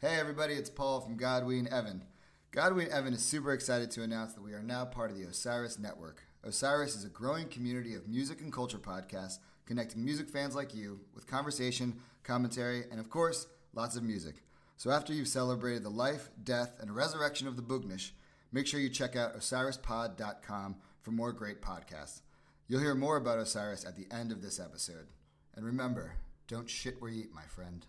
Hey, everybody, it's Paul from Godwin Evan. Godwin Evan is super excited to announce that we are now part of the Osiris Network. Osiris is a growing community of music and culture podcasts connecting music fans like you with conversation, commentary, and of course, lots of music. So after you've celebrated the life, death, and resurrection of the Boognish, make sure you check out osirispod.com for more great podcasts. You'll hear more about Osiris at the end of this episode. And remember, don't shit where you eat, my friend.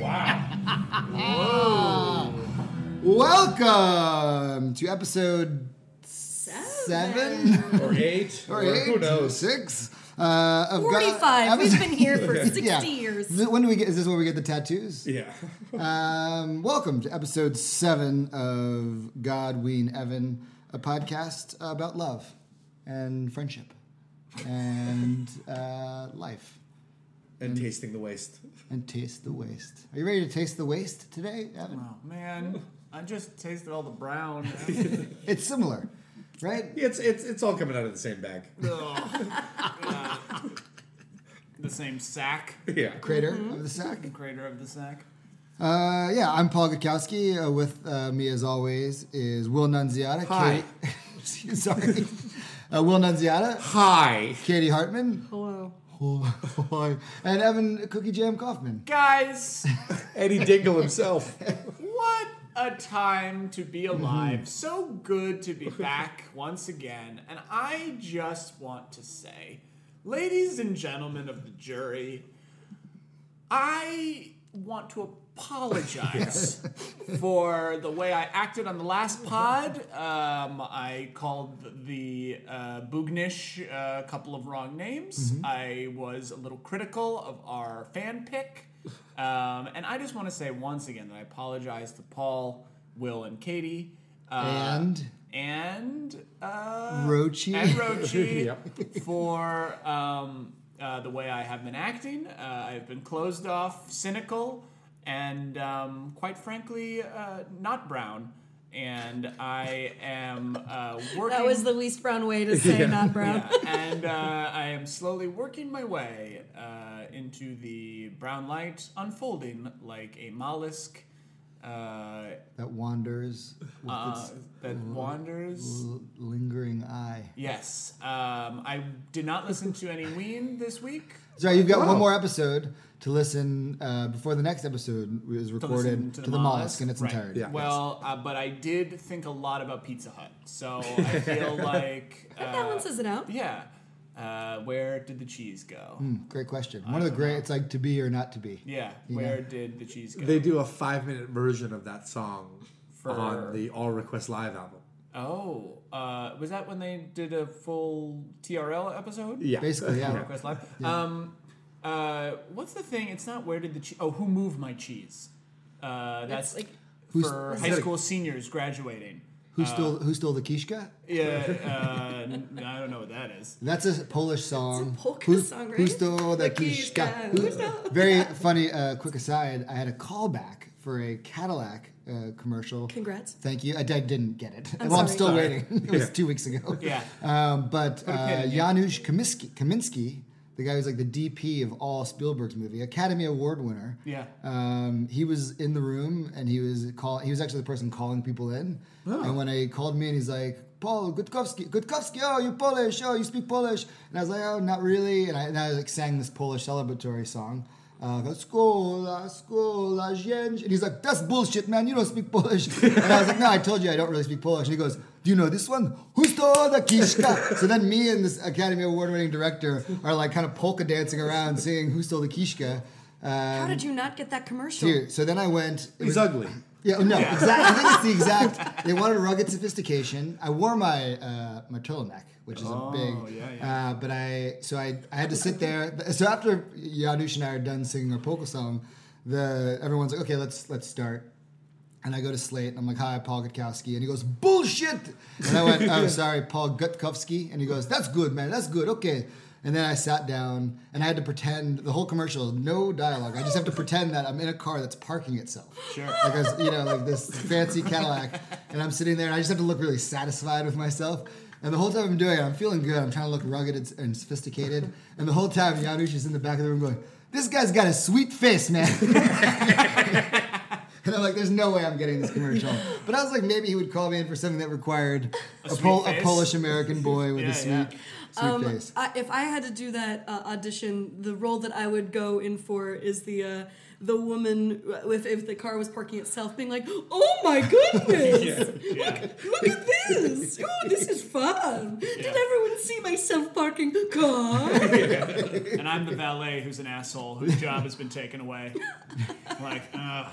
Wow. Welcome to episode seven or eight. or eight, Who knows? six uh, of God- 45. We've been here for 60 yeah. Is years. it- When do we get? Is this where we get the tattoos? Yeah. Um, welcome to episode seven of God Ween Evan, a podcast about love and friendship and uh, life and tasting the waste. and taste the waste. Are you ready to taste the waste today, Evan? Oh man, I just tasted all the brown. It's similar, right? It's it's it's all coming out of the same bag. the same sack, Yeah. Crater Mm-hmm. of the sack. crater of the sack. Uh, yeah, I'm Paul Gutkowski. Uh, with uh, me, as always, is Will Nunziata. Hi. Katie, sorry. Uh, Will Nunziata, Hi. Katie Hartman, Hello. and Evan Cookie Jam Kaufman. Guys, Eddie Dingle himself. what a time to be alive. So good to be back once again. And I just want to say, ladies and gentlemen of the jury, I want to apologize for the way I acted on the last pod. Um, I called the uh, Boognish a couple of wrong names. I was a little critical of our fan pick. Um, and I just want to say once again that I apologize to Paul, Will, and Katie. Uh, And? And. Uh, Rochi. And Rochi Yep. for um, uh, the way I have been acting. Uh, I've been closed off, cynical, and um, quite frankly, uh, not brown. And I am uh, working. That was the least brown way to say not brown. Yeah, and uh, I am slowly working my way uh, into the brown light, unfolding like a mollusk uh, That wanders with uh, its that wanders. l- lingering eye. Yes, um, I did not listen to any Ween this week. Sorry, you've got Wow. one more episode to listen uh, before the next episode is listen recorded to, the, mollusk in its Right. entirety. Yeah. Well, uh, but I did think a lot about Pizza Hut, so I feel like uh, That balances it out. Yeah, uh, where did the cheese go? Great question. One of the great, it's like to be or not to be. Yeah, where did the cheese go? They do a five minute version of that song For- on the All Request Live album. oh, uh, was that when they did a full TRL episode? Yeah. Basically, yeah. Request live. Um, uh, what's the thing? It's not where did the cheese? Oh, who moved my cheese? Uh, that's It's like Who's- for is high that a- school seniors graduating. Who stole Who stole the kishka? Yeah, uh, n- I don't know what that is. That's a Polish song. polka song, Who right? stole the The kishka. kishka? Who Who- stole- Very funny. Uh, quick aside. I had a callback for a Cadillac uh, commercial. Congrats. Thank you. I, I didn't get it. I'm well, I'm sorry. still Sorry. waiting. It was two weeks ago. Yeah. Um, but a pin uh, in it. Janusz Kaminski, Kaminski, the guy who's like the DP of all Spielberg's movie, Academy Award winner. Yeah. Um, he was in the room and he was call. He was actually the person calling people in. And when I called me and he's like, Paul Gutkowski, Gutkowski, oh, you Polish, oh, you speak Polish. And I was like, oh, not really. And I, and I like sang this Polish celebratory song. Uh, go, skola, skola, zięć." and he's like, that's bullshit, man. You don't speak Polish. And I was like, no, I told you I don't really speak Polish. And he goes, do you know this one? Who stole the kishka? so then me and this Academy Award-winning director are like kind of polka dancing around, singing "Who stole the kishka." How Um, did you not get that commercial? Dude, so then I went. It He's was, ugly. yeah, no, exactly. I think it's the exact. They wanted rugged sophistication. I wore my uh, my turtleneck, which is a big. yeah, Uh, but I so I I had to sit there. So after Yanush and I are done singing our polka song, the everyone's like, okay, let's let's start. And I go to Slate and I'm like, hi, Paul Gutkowski. And he goes, bullshit. And I went, oh, sorry, Paul Gutkowski. And he goes, that's good, man. That's good. Okay. And then I sat down and I had to pretend the whole commercial, no dialogue. I just have to pretend that I'm in a car that's parking itself. Sure. Like, I was, you know, like this fancy Cadillac. And I'm sitting there and I just have to look really satisfied with myself. And the whole time I'm doing it, I'm feeling good. I'm trying to look rugged and, and sophisticated. And the whole time, Yanush in the back of the room going, this guy's got a sweet face, man. And I'm like, there's no way I'm getting this commercial. But I was like, maybe he would call me in for something that required a, sweet Pol- a face? Polish American boy with Yeah, a sweet, yeah. Um, sweet face. I, if I had to do that uh, audition, the role that I would go in for is the uh, the woman with if the car was parking itself, being like, "Oh my goodness, Yeah. look at this! Oh, this is fun! Did Yeah. everyone see my self parking car?" and I'm the valet who's an asshole whose job has been taken away. like, ugh. Uh,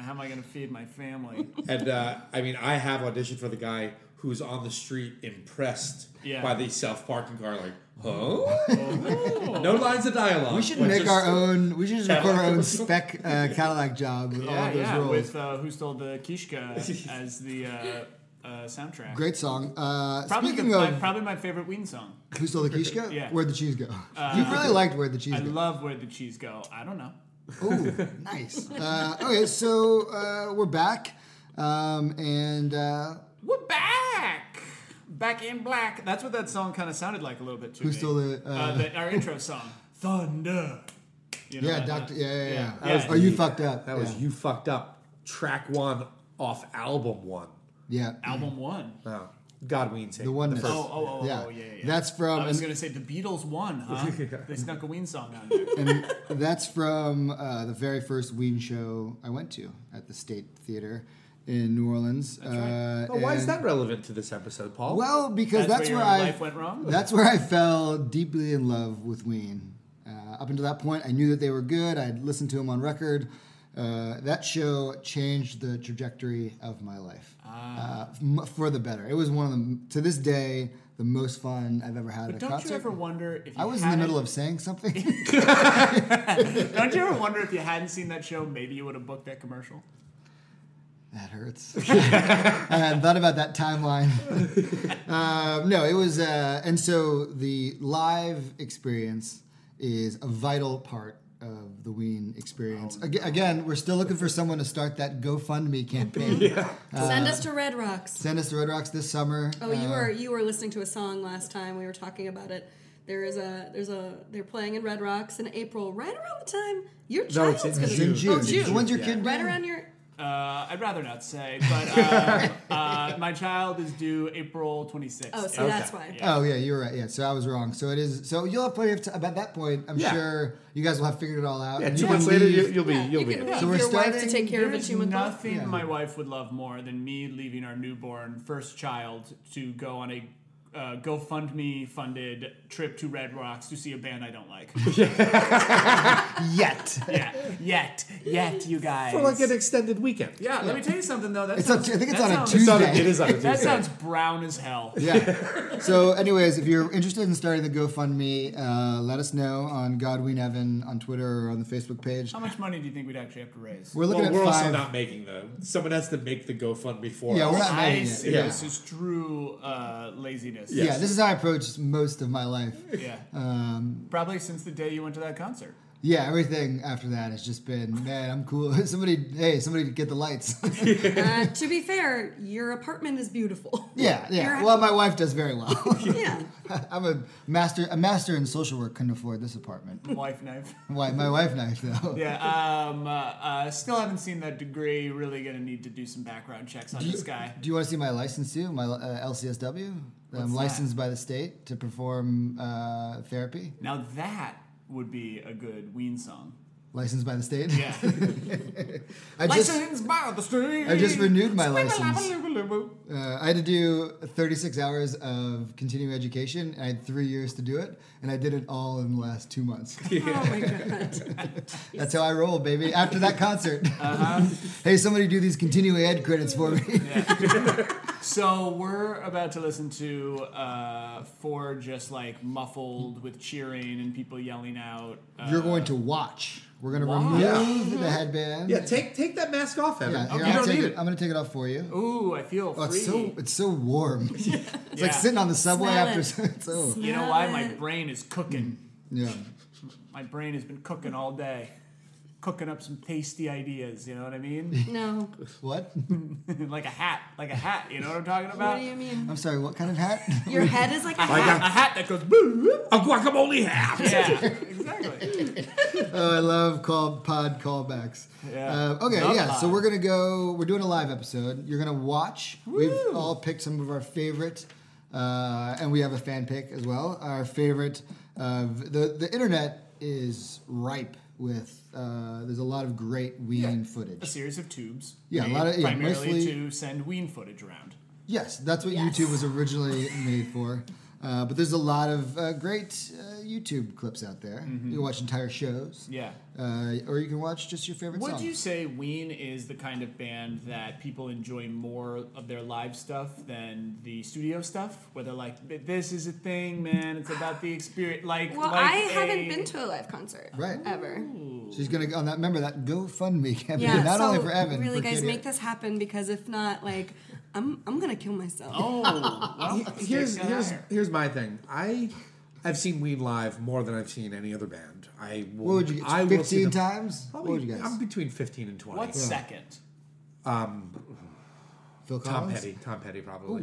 How am I going to feed my family? And uh, I mean, I have auditioned for the guy who's on the street impressed Yeah. by the self parking car. Like, huh? no lines of dialogue. We should but make just- our own. We should just record our own spec uh, Cadillac job with all Yeah, those yeah, roles. with uh, Who Stole the Kishka as the uh, uh, soundtrack. Great song. Uh, Probably, speaking the, of my, probably my favorite Ween song. who stole the Kishka, Yeah. Uh, where'd the cheese go? you really liked where'd the cheese I go. love Where the Cheese Go. I don't know. Oh, nice. Uh, okay, so uh, we're back, um, and uh, We're back! Back in black. That's what that song kind of sounded like a little bit to Who me. Stole the, Uh, uh, the- our intro song. Thunder. You know yeah, that, Doctor, uh, yeah, yeah, yeah. yeah. That was- Yeah. oh, you fucked up. That was yeah. you fucked up. Track one off album one. Yeah. uh, Album one. No, Godwin tape. The oneness. first- Oh, oh, oh, Yeah. oh, yeah, yeah. That's from- I was gonna say the Beatles won, huh? They snuck a Ween song on there. and that's from uh, the very first Ween show I went to at the State Theater in New Orleans. Uh, Oh, why is and- that relevant to this episode, Paul? Well, because that's, That's, where, where, your I life went wrong. that's where I fell deeply in love with Ween. Uh, up until that point, I knew that they were good. I'd listened to them on record. Uh, that show changed the trajectory of my life Ah. uh, m- for the better. It was one of the to this day the most fun I've ever had at a But don't concert. you ever wonder if you I was in the hadn't- middle of saying something. Don't you ever wonder if you hadn't seen that show, maybe you would have booked that commercial? That hurts. I hadn't thought about that timeline. um, no, it was, uh, and so the live experience is a vital part of the Ween experience. Oh, Aga Again, we're still looking for someone to start that GoFundMe campaign. Uh, Send us to Red Rocks. Send us to Red Rocks this summer. Oh, you were you were listening to a song last time we were talking about it. There is a there's a they're playing in Red Rocks in April, right around the time your No, child's it's in gonna It's be in June. Oh, June. The ones your kid right did? around your Uh, I'd rather not say, but uh, uh, my child is due April 26th. oh, so that's why. Oh yeah, you were right. Yeah, so I was wrong. So it is. So you'll have plenty of time. About that point, I'm Yeah. sure you guys will have figured it all out. Yeah, and two you months can later, leave. you, you'll be Yeah, you'll you be. can in. leave So we're your wife to starting- take care of a There's two month old. nothing my wife would love more than me leaving our newborn first child to go on a uh, GoFundMe funded trip to Red Rocks to see a band I don't like. yet. yeah, yet, yet, you guys. for like an extended weekend. yeah, let me tell you something though. That It's on sounds, t- I think it's that on a sounds- Tuesday. It's on a- it is on a That Tuesday. sounds brown as hell. yeah. So, anyways, if you're interested in starting the GoFundMe, uh, let us know on Godwin Evan on Twitter or on the Facebook page. How much money do you think we'd actually have to raise? We're looking well, we're at also five. not making the. Someone has to make the GoFundMe for Yeah, us. we're not I making it. see. Yeah. This is true uh, laziness. Yeah, this is how I approach most of my life. Yeah. Um, Probably since the day you went to that concert. Yeah, everything after that has just been, man, I'm cool. somebody, hey, somebody get the lights. Uh, to be fair, your apartment is beautiful. yeah, yeah. You're- Well, my wife does very well. yeah. I'm a master. A master in social work couldn't afford this apartment. Wife knife. Why, my wife knife though. Yeah. Um, uh, uh, still haven't seen that degree. Really going to need to do some background checks on this guy. Do you want to see my license too? My uh, LCSW. What's I'm that? licensed by the state to perform uh, therapy. Now that would be a good Ween song. Licensed by the state. Yeah. I just License by the state. I just renewed my license. uh, I had to do 36 hours of continuing education, and I had three years to do it, and I did it all in the last two months. Oh my god. That's how I roll, baby. After that concert, Uh-huh. hey, somebody do these continuing ed credits for me. So we're about to listen to uh, four just like muffled with cheering and people yelling out. Uh, You're going to watch We're gonna Wow. remove the headband. Yeah, take take that mask off, Evan. Yeah, here, you I'll don't take need it. it. I'm gonna take it off for you. Ooh, I feel Oh, free. it's so it's so warm. it's like sitting on the subway Smell after. It's so You know why? My brain is cooking. yeah. My brain has been cooking all day. Cooking up some tasty ideas, you know what I mean? No. What? like a hat, like a hat, you know what I'm talking What about? do you mean? I'm sorry. What kind of hat? Your head is like a a, hat. hat, a hat that goes boop. A guacamole hat. Yeah, exactly. oh, I love call pod callbacks. Yeah. Uh, okay, Love yeah. So pod. we're gonna go. We're doing a live episode. You're gonna watch. We've all picked some of our favorite, uh, and we have a fan pick as well. Our favorite. Uh, v- the the internet is ripe with. Uh, there's a lot of great Ween A footage. series of tubes. Yeah, a made lot of- yeah, primarily mostly- to send Ween footage around. Yes, that's what Yes. YouTube was originally made for. Uh, but there's a lot of uh, great uh, YouTube clips out there. Mm-hmm. You can watch entire shows. Yeah. Uh, or you can watch just your favorite Would songs. you say Ween is the kind of band that people enjoy more of their live stuff than the studio stuff? Where they're like, "This is a thing, man. It's about the experience." Like, Well, like I a- haven't been to a live concert Right. ever. She's gonna go on that. Remember that GoFundMe campaign, Yeah, not so only for Evan, really, for guys, Katie. make this happen because if not, like, I'm I'm gonna kill myself. Oh, well, let's here's take that here's higher. here's my thing. I I've seen Ween live more than I've seen any other band. I will, What would you? I will Fifteen see them- times. Probably, what would you guys? I'm between fifteen and twenty. what second? Phil Tom Collins? Petty. Tom Petty probably.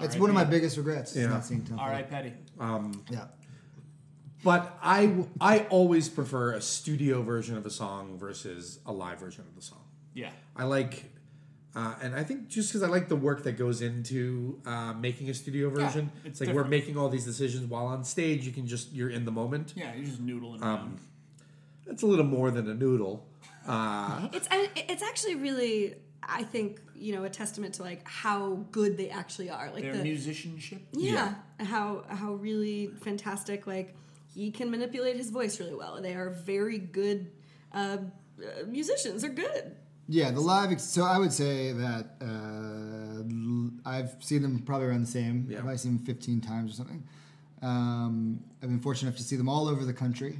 That's one of my biggest regrets. is Yeah. Not seeing Tom. All Petty. right, Petty. Yeah. But I I always prefer a studio version of a song versus a live version of the song. Yeah. I like, uh, and I think just because I like the work that goes into uh, making a studio version, it's it's like different. we're making all these decisions while on stage. You can just you're in the moment. Yeah, you're just noodling around. That's a little more than a noodle. It's I- it's actually really I think you know a testament to like how good they actually are. Like Their the musicianship. yeah, how how really fantastic. Like he can manipulate his voice really well. They are very good uh, uh, musicians. They're good. Yeah, the live. Ex- so I would say that uh, l- I've seen them probably around the same. Yeah. I've probably seen them 15 times or something. Um, I've been fortunate enough to see them all over the country,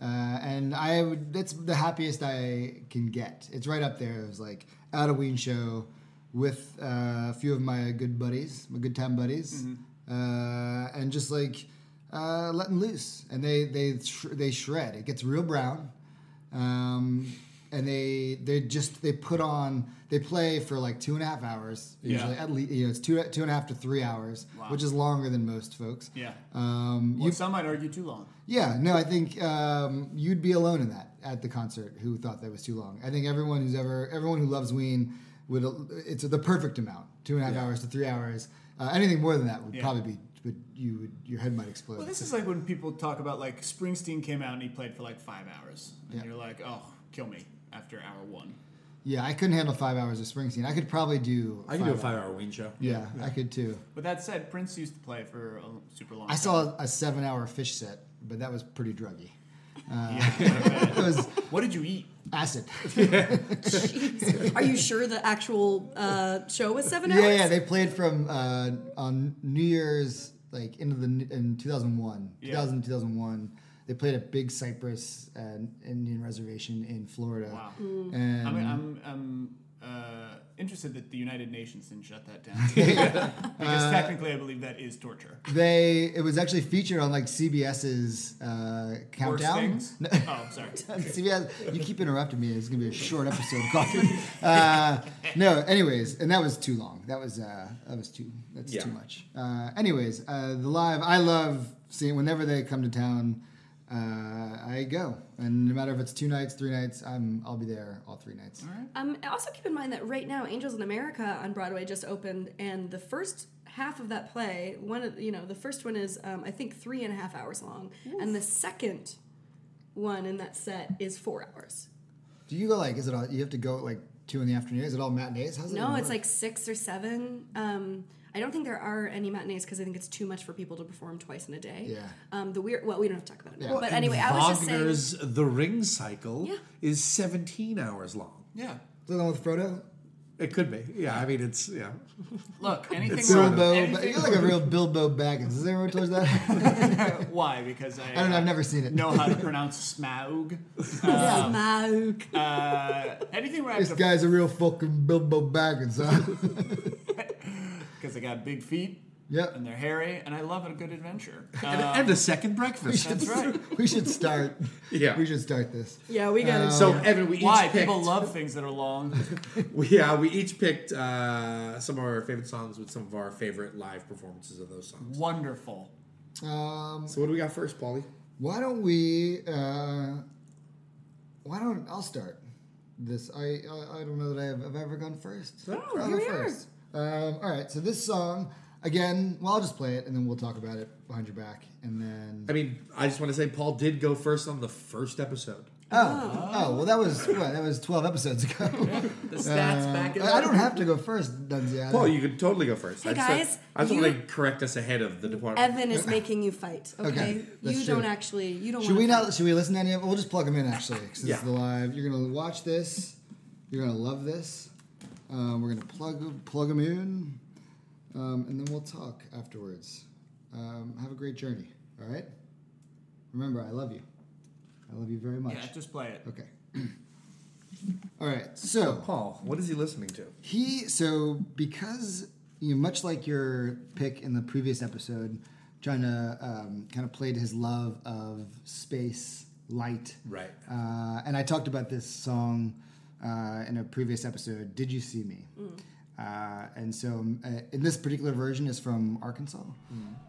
uh, and I would, that's the happiest I can get. It's right up there. It was like at a Ween show with uh, a few of my good buddies, my good time buddies, uh, and just like uh, letting loose. And they they sh- they shred. It gets real brown um, and they they just they put on they play for like two and a half hours usually at least you know it's two two and a half to three hours which is longer than most folks Yeah. um, Well, some might argue too long. yeah, no, I think um, you'd be alone in that at the concert who thought that was too long. I think everyone who's ever, everyone who loves Ween would, it's the perfect amount, two and a half hours to three hours. Uh, anything more than that would probably be, would you would, your head might explode. Well, this is like when people talk about like Springsteen came out and he played for like five hours, and Yeah. you're like, oh, kill me after hour one. yeah, I couldn't handle five hours of Springsteen. I could probably do. I can do a five hour ween show. Yeah, I could too. But that said, Prince used to play for a super long. I time. saw a seven-hour fish set, but that was pretty druggy. Yeah. It was what did you eat? acid. Are you sure the actual uh, show was seven yeah, hours? yeah. They played from uh, on New Year's, like into the in 2001, Yeah. 2000, 2001. They played at Big Cypress uh, Indian Reservation in Florida. Wow. And I'm I'm, I'm uh, interested that the United Nations didn't shut that down Uh, because technically, I believe that is torture. they it was actually featured on like CBS's uh, Worst countdown. things. Oh, sorry. CBS, you keep interrupting me. It's gonna be a short episode. Colin. uh, no, anyways, and that was too long. That was uh, that was too. That's Yeah. too much. Uh, anyways, uh, the live. I love seeing whenever they come to town. Uh, I go, and no matter if it's two nights, three nights, I'm I'll be there all three nights. Um, and also keep in mind that right now, Angels in America on Broadway just opened, and the first half of that play, one of you know, the first one is um, I think three and a half hours long, and the second one in that set is four hours. Do you go like? Is it all? You have to go at like two in the afternoon. Is it all matinees? How's it No, it's like six or seven. Um, I don't think there are any matinees because I think it's too much for people to perform twice in a day. Yeah. Um, the weird. Well, we don't have to talk about it. now. Well, But And anyway, I was just saying. Wagner's The Ring Cycle Yeah. is seventeen hours long. Yeah. the one with Frodo. It could be. Yeah, I mean, it's yeah. Look, anything. wrong- Bilbo, anything- you're like a real Bilbo Baggins. Is there anyone towards that? I Why? Because I, uh, don't know. I've never seen it. know how to pronounce Smaug. Smaug. Uh, anything where I have This to guy's a real fucking Bilbo Baggins, huh? because they got big feet yep. and they're hairy, and I love a good adventure. Uh, And, and a second We breakfast. should, that's right. we should start. Yeah. We should start this. Yeah, we Uh, got it. So Evan, we Oh, Why each picked. people love things that are long? we, yeah, we each picked uh, some of our favorite songs with some of our favorite live performances of those songs. Wonderful. Um, So what do we got first, Paulie? why don't we? Uh, why don't I'll start this? I I, I don't know that I have, have I ever gone first. No, I'll Oh, go here we are. Um, all right. So this song again. Well, I'll just play it and then we'll talk about it behind your back and then. I mean, I just want to say Paul did go first on the first episode. Oh, oh, well, that was what? That was twelve episodes ago. The stats Um, back. in I I don't have to go first, Dunziata. Paul, you could totally go first. Hey, I just, guys, I just you- want to correct us ahead of the department. Evan is making you fight. Okay, Okay, that's you true. don't actually. You don't. Should wanna we fight. not? Should we listen to any of? We'll just plug them in actually, because Yeah. it's the live. You're gonna watch this. You're gonna love this. Um, we're gonna plug plug them in, um, and then we'll talk afterwards. Um, have a great journey. All right. Remember, I love you. I love you very much. Yeah, just play it. Okay. all right. So Paul, what is he listening to? he so because you know, much like your pick in the previous episode, trying to um, kind of play to his love of space, light, Right. Uh, and I talked about this song uh, in a previous episode. Did you see me? Uh, and so um, uh, in this particular version is from Arkansas,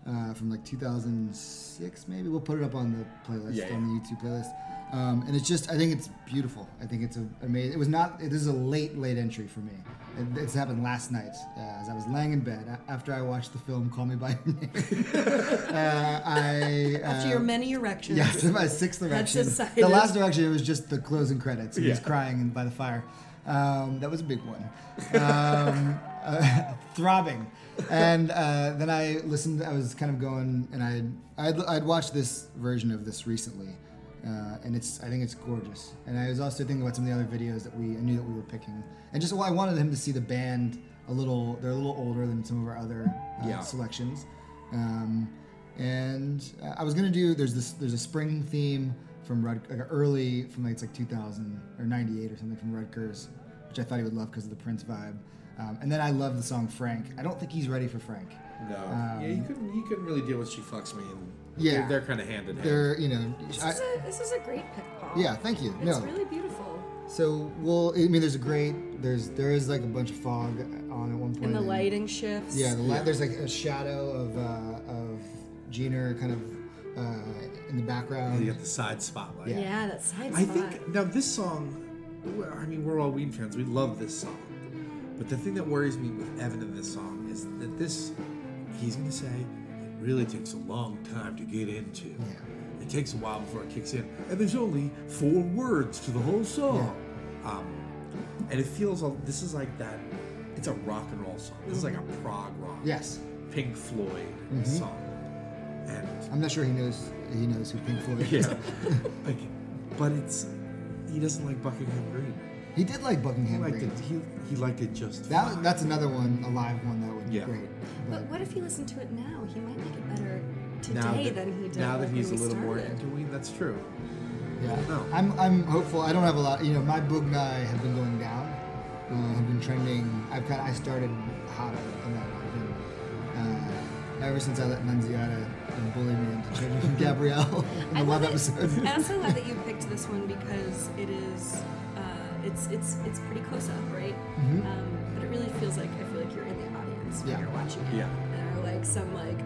uh, from like 2006 maybe. We'll put it up on the playlist Yeah, on the YouTube playlist. Um, and it's just, I think it's beautiful. I think it's a, amazing. It was not. This is a late, late entry for me. It, it's happened last night uh, as I was laying in bed a- after I watched the film Call Me by Your Name. uh, I uh, After your Um, many erections. yeah, so my sixth direction. just cited. The last direction it was just the closing credits. He was Yeah. crying and by the fire. Um, that was a big one. Um, uh, throbbing. And uh, then I listened. I was kind of going, and I I'd, I'd, I'd watched this version of this recently, uh, and it's I think it's gorgeous. And I was also thinking about some of the other videos that we I knew that we were picking, and just why I wanted him to see the band a little. They're a little older than some of our other uh, Yeah. selections. Um, and uh, I was gonna do there's this there's a spring theme from Rud, like early from like it's like 2000 or 98 or something from Rutgers, which I thought he would love because of the Prince vibe. Um, and then I love the song Frank. I don't think he's ready for Frank. No. yeah, you couldn't. You couldn't really deal with "She Fucks Me" and Yeah. they're, kind of hand in hand. They're you know, This, I, is a, this is a great pick, Paul. yeah, thank you. It's no, really beautiful. so well, I mean, there's a great there's there is like a bunch of fog on at one point. And the and- lighting shifts. Yeah, the light, there's like a shadow of uh, of Jeaner kind of uh, in the background. You got the side spotlight. Yeah. Yeah, that side I spot. think now this song. I mean, we're all Ween fans. We love this song. But the thing that worries me with Evan in this song is that this, he's gonna say, it really takes a long time to get into. Yeah. It takes a while before it kicks in, and there's only four words to the whole song. Um, and it feels a- this is like that. It's a rock and roll song. This is like a prog rock. Mm-hmm. Yes. Mm-hmm. Pink Floyd song. And I'm not sure he knows he knows who Pink Floyd is. yeah. like, but it's he doesn't like Buckingham Green. He did like He Buckingham liked Green. it. He, he liked it just. That fine. that's another one, a live one that would be Yeah. great. But what if you listen to it now? He might like it better today now that, than he did. now that like, he's a when we little more started. into weed. That's true. yeah, no. I'm I'm hopeful. I don't have a lot. You know, my boog and I have been going down. Uh, have been trending. I've kind of, I started hotter than that. I've been uh, ever since I let Nunziata and bully me into changing from Gabrielle in I the love love it. episode. I also love that you picked this one because it is, uh, it's it's it's pretty close up, right? Um, but it really feels like I feel like you're in the audience when Mm-hmm. Yeah. you're watching it. Yeah. There are like some like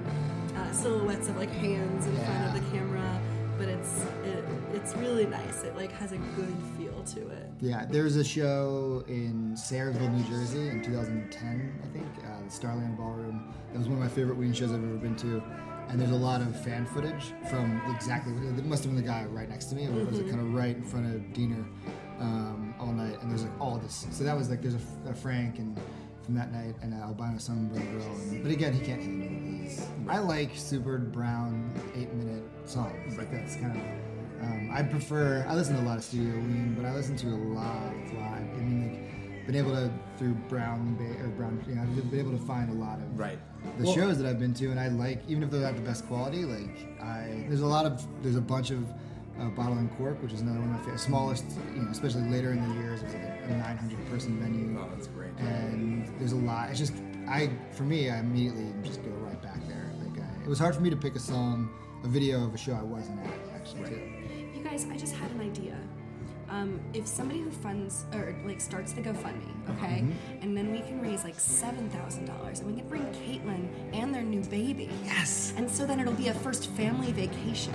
uh, silhouettes of like hands in front Yeah. of the camera, but it's it, it's really nice. It like has a good feel to it. Yeah, there was a show in Sayreville, New Jersey in 2010, I think, uh, the Starland Ballroom. That was one of my favorite Ween shows I've ever been to. And there's a lot of fan footage from exactly, it must have been the guy right next to me, or it was kind of right in front of Diener um, all night. And there's like all this. So that was like, there's a, a Frank and from that night, and an albino sunburn girl. And, but again, he can't handle these. I like super brown eight minute songs. Like that's kind of um, I prefer. I listen to a lot of Studio Lean, but I listen to a lot of live. I mean, like been able to through Brown Bay or Brown. You know, I've been able to find a lot of Right. the Well- shows that I've been to, and I like even if they're not the best quality. Like I, there's a lot of there's a bunch of. Uh, Bottle and Cork, which is another one of my favorite, smallest, you know, especially later in the years, it was like a 900 person venue. Oh, that's great. And there's a lot. It's just I, for me, I immediately just go right back there. Like I, it was hard for me to pick a song, a video of a show I wasn't at actually. too. You guys, I just had an idea. Um, if somebody who funds or like starts the GoFundMe, okay, Mm-hmm. and then we can raise like seven thousand dollars, and we can bring Caitlin and their new baby. Yes. And so then it'll be a first family vacation.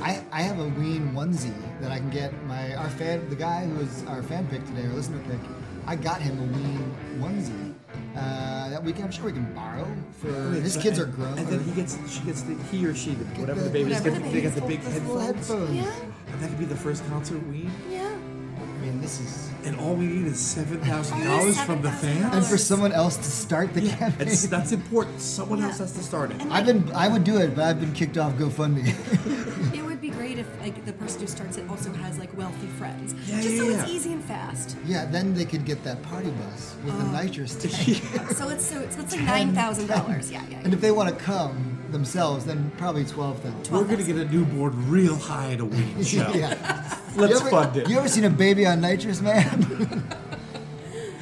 I, I have a ween onesie that I can get my our fan the guy who was our fan pick today our listener pick I got him a ween onesie uh, that we can I'm sure we can borrow for Wait, his so- kids and- are grown Oh, And then he gets, she gets the, he or she, the, whatever the- the, baby is, whatever gets, the they get baby's the full- big the full Little headphones. headphones Yeah. And that could be the first concert we. Yeah. I mean this is And all we need is seven thousand dollars from the $7,000. and fans. for someone else to start the campaign That's, that's important. Someone Yeah. else has to start it. And I've been I would do it but I've been kicked off GoFundMe It would be great if like the person who starts it also has like wealthy friends, Yeah, just yeah, so yeah. it's easy and fast. yeah then they could get that party bus with a nitrous tank so it's so it's, it's like nine Oh. thousand dollars. Yeah, yeah. and if they want to come themselves then probably twelve thousand We're gonna get a newborn real high at a week show. yeah Let's you ever, fund it. you ever seen a baby on nitrous man.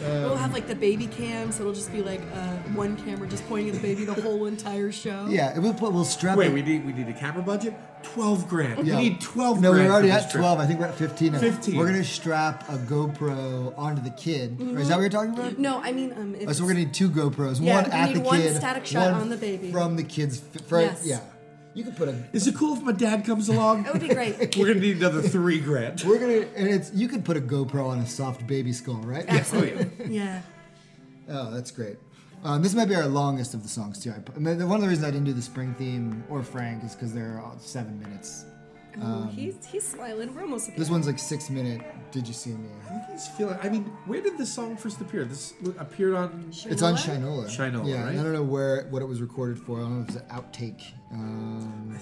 we'll have like the baby cam, so it'll just be like uh, one camera just pointing at the baby the whole entire show. Yeah, and we'll put we'll strap. Wait, it- we need we need a camera budget. Twelve grand. yeah. We need twelve. No, grand we're already for this at trip. twelve. I think we're at fifteen. Now. 15. We're gonna strap a GoPro onto the kid. Mm-hmm. Or is that what you're talking about? No, I mean um. Oh, It's, so we're gonna need two GoPros. Yeah, one we at need the one kid. static shot one on the baby. from the kid's f- front. Yes. Yeah, you could put a. Is it cool if my dad comes along? It would be great. we're gonna need another three grand. We're gonna and it's you could put a GoPro on a soft baby skull, right? Absolutely. yeah. Oh, that's great. Um, this might be our longest of the songs too. I, put- and the- one of the reasons I didn't do the spring theme or Frank is because they're all seven minutes. Oh, Um, he's he's smiling. We're almost at the This end. one's like six minute. Did you see me? I just feel like- I mean, where did this song first appear? This appeared on. It's on Shinola? Shinola. Shinola, yeah. right? And I don't know where what it was recorded for. I don't know if it was an outtake. Um,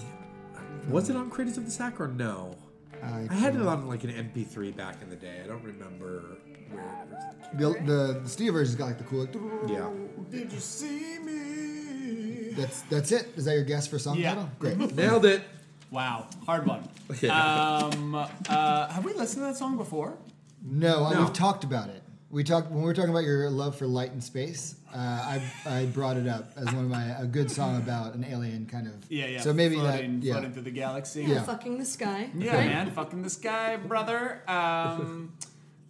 Was it on Critics of the Sack or no? I I had it on like an MP3 back in the day. I don't remember where it was. the, the the studio version's got like the cool. Like, Yeah. Did you see me? that's that's it. Is that your guess for song Yeah. title? Great. Nailed it. Wow, hard one. Um, uh, have we listened to that song before? No, uh, No. we've talked about it. We talked when we were talking about your love for light and space. Uh, I I brought it up as one of my a good song about an alien kind of. Yeah, yeah. So maybe floating, that. Yeah. floating through the galaxy. Yeah. Fucking the sky. Yeah, man, fucking this guy, brother. Um,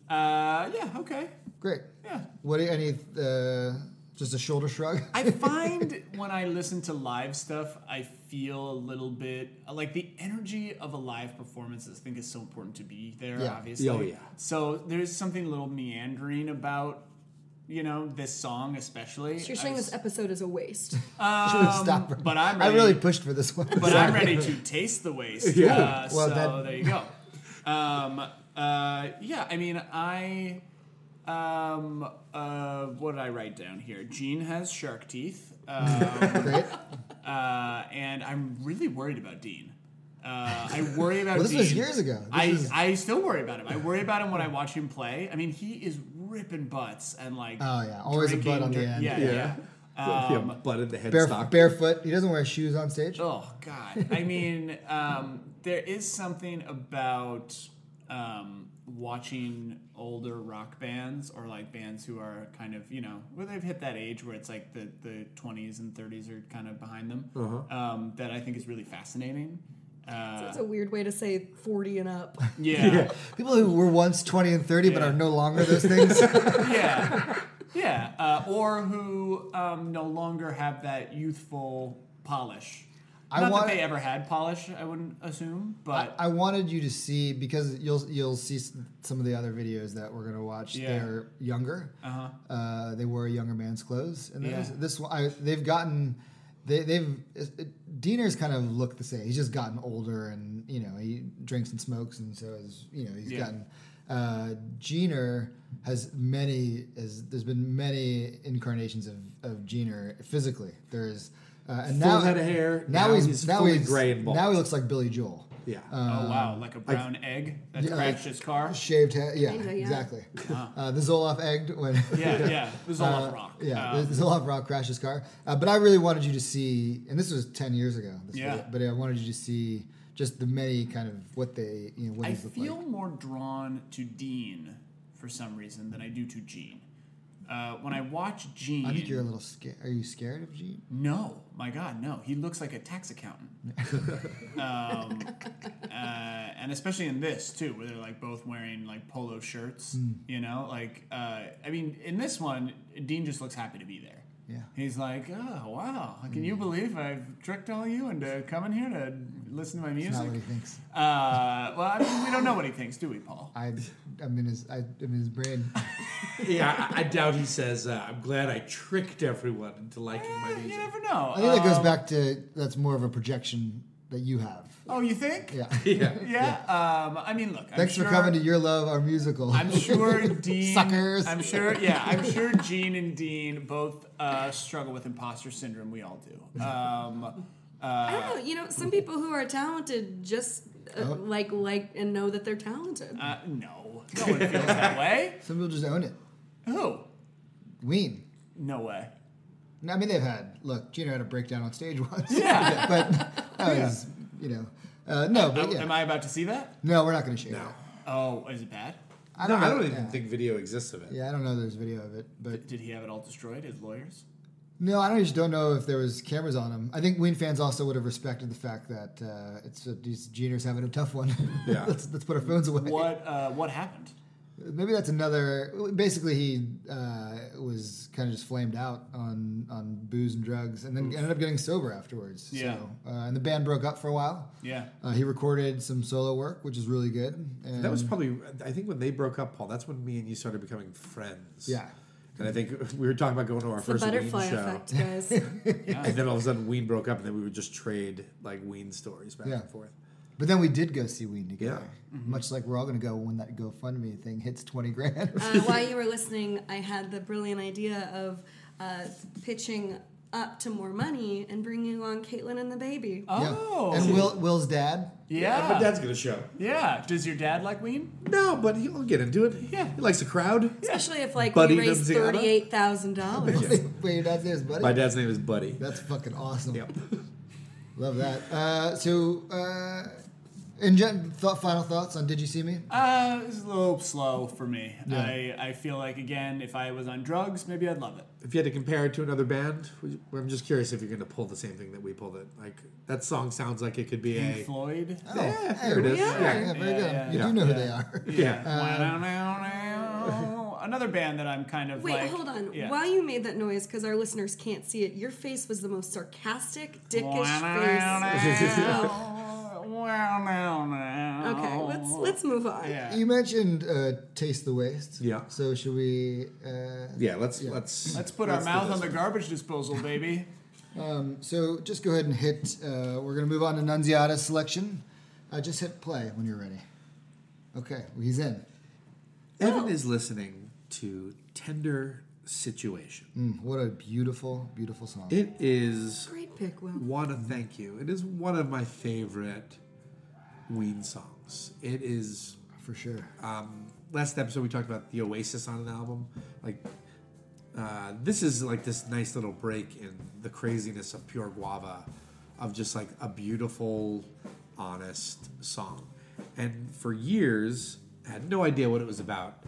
uh, yeah, okay, Great. yeah. What do you, any uh, just a shoulder shrug? I find when I listen to live stuff, I feel a little bit like the energy of a live performance. I think is so important to be there. Yeah. Obviously, Oh, yeah. So there's something a little meandering about you know this song, especially. So you're saying I this was- episode is a waste. Should have stopped. Um, but I'm I really ready- pushed for this one. but I'm ready to taste the waste. Yeah. Uh, Well, so that- there you go. Um, uh, yeah, I mean, I. Um, uh, what did I write down here? Gene has shark teeth. Um, Great. uh, and I'm really worried about Dean. Uh, I worry about Well, this Dean. was years ago. This I, is- I still worry about him. I worry about him when I watch him play. I mean, he is ripping butts and like. Oh, yeah. Always a drinking butt on the dir- end. Yeah, yeah. Yeah. yeah. yeah, butt in the um, Bare, headstock. barefoot. He doesn't wear shoes on stage. Oh God! I mean, um, there is something about um, watching older rock bands or like bands who are kind of you know where they've hit that age where it's like the the twenties and thirties are kind of behind them. Um, that I think is really fascinating. So Uh, it's a weird way to say 40 and up. yeah, People who were once 20 and 30 but Yeah. are no longer those things. yeah, yeah. Uh, or who um, no longer have that youthful polish. I Not want- that they ever had polish, I wouldn't assume, I, but I wanted you to see because you'll you'll see s- some of the other videos that we're gonna watch. Yeah. They're younger. Uh-huh. they wore a younger man's clothes, and Yeah. those this one I, they've gotten. They, they've it, it- Diener's kind of looked the same. He's just gotten older, and you know he drinks and smokes, and so is you know he's Yeah. gotten. Uh, Jeaner has many. As there's been many incarnations of of Jeaner physically. There's. Uh, and Full now, head of hair. Now, he's, now fully he's gray and bald. Now he looks like Billy Joel. yeah. uh, oh wow, like a brown egg that um, yeah, like- crashed his car. Shaved head. Yeah, Kinda, yeah. exactly. Uh, the Zoloff egged when. Yeah, yeah, it was all a rock. Uh, Yeah, Um, there's a lot of rock crashes car. Uh, but I really wanted you to see, and this was ten years ago. This Yeah. video, but I wanted you to see just the many kind of what they, you know, what I these look feel like. more drawn to Dean for some reason than I do to Gene. Uh, when I watch Gene, I think you're a little scared. Are you scared of Gene? no, my God, no. He looks like a tax accountant. um, uh, and especially in this too, where they're like both wearing like polo shirts. Hmm. You know, like uh, I mean, in this one, Dean just looks happy to be there. Yeah. Hmm. He's like, oh wow, can you believe I've tricked all you into coming here to listen to my music? That's not what he thinks. Uh, well, I mean, we don't know what he thinks, do we, Paul? I, I'm in his, I, I'm in his brain. yeah, I, I doubt he says, uh, I'm glad I tricked everyone into liking my You music. never know. I think that goes Um, back to that's more of a projection that you have. Oh, you think? Yeah. Yeah. Yeah. Um, I mean, look. Thanks I'm sure, for coming to Your Love, our musical. I'm sure Dean. Suckers. I'm sure. Yeah. I'm sure Gene and Dean both uh, struggle with imposter syndrome. We all do. Um, I don't know. You know, some people who are talented just uh, Oh. like like and know that they're talented. uh, no. No one feels that way. Some people just own it. Who? Ween. No way. I mean, they've had. Look, Gino had a breakdown on stage once. Yeah. but that was, you know, uh, no, but yeah, Am I about to see that? no, we're not going to share. No. it. Oh, is it bad? I no, don't. know, I don't even yeah. think video exists of it. Yeah, I don't know. There's video of it, but Did he have it all destroyed? His lawyers? no, I don't- just don't know if there was cameras on him. I think Ween fans also would have respected the fact that uh, it's uh, these juniors having a tough one. Yeah. let's, let's put our phones away. What? Uh, what happened? Maybe that's another. Basically, he uh, was kind of just flamed out on on booze and drugs, and then ended up getting sober afterwards. Yeah. So, uh, and the band broke up for a while. Yeah. Uh, he recorded some solo work, which is really good. And That was probably, I think when they broke up, Paul, that's when me and you started becoming friends. Yeah. And I think we were talking about going to our the first Ween show. butterfly effect, guys. Uh, And then all of a sudden, Ween broke up, and then we would just trade like Ween stories back Yeah. and forth. But then we did go see Ween together. Yeah. Mm-hmm. Much like we're all going to go when that GoFundMe thing hits 20 grand. uh, while you were listening, I had the brilliant idea of uh, pitching up to more money and bringing along Caitlin and the baby. Oh. And Will, Will's dad. Yeah. But that's gonna show. Yeah. Does your dad like Ween? No, but he'll get into it. Yeah. He likes a crowd. Especially if like Buddy we raised Limziana? thirty-eight thousand dollars. Wait, your dad's name is Buddy? My dad's name is Buddy. That's fucking awesome. Yep. Love that. Uh, so, uh, in gen- thought, final thoughts on Did You See Oh, Me? Uh, it's a little slow for me. Yeah. I, I feel like again, if I was on drugs, maybe I'd love it. If you had to compare it to another band, would you- I'm just curious if you're going to pull the same thing that we pulled it. Like, that song sounds like it could be Pink a. Floyd. Yeah, here it is. yeah. Yeah. Oh, Yeah, very Yeah, good. yeah, you yeah. do know who Yeah. they are. Yeah. Uh, Yeah. Another band that I'm kind of Wait, like. hold on. yeah. While you made that noise, because our listeners can't see it, your face was the most sarcastic, dickish face. Oh. Okay, let's let's move on. Yeah. You mentioned uh, Taste the Waste. Yeah. So, should we. Uh, Yeah, let's Yeah. let's Let's put do our mouth this. on the garbage disposal, baby. So just go ahead and hit. Uh, we're going to move on to Nunziata selection. Uh, just hit play when you're ready. Okay, well, he's in. Evan is listening to Tender Situation. Mm, what a beautiful, beautiful song. It is Great pick, Will. Wanna Thank You. It is one of my favorite Ween songs. It is for sure. last episode we talked about the Oasis on an album. Like uh, this is like this nice little break in the craziness of pure guava, of just like a beautiful, honest song. And for years, I had no idea what it was about.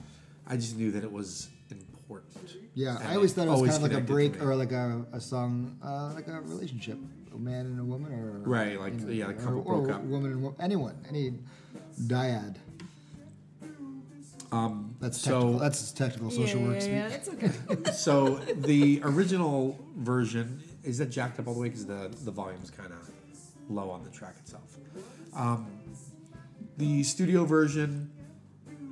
I just knew that it was important. yeah, And I always thought it was kind of like a connected to break me. or like a, a song, uh, like a relationship, a man and a woman, or Right, like, yeah, the couple or, broke or up. Woman and wo- anyone, any dyad. Um, that's so- technical. that's technical social yeah, work yeah, speak. yeah, it's okay. so the original version is that jacked up all the way because the the volume's kind of low on the track itself. Um, the studio version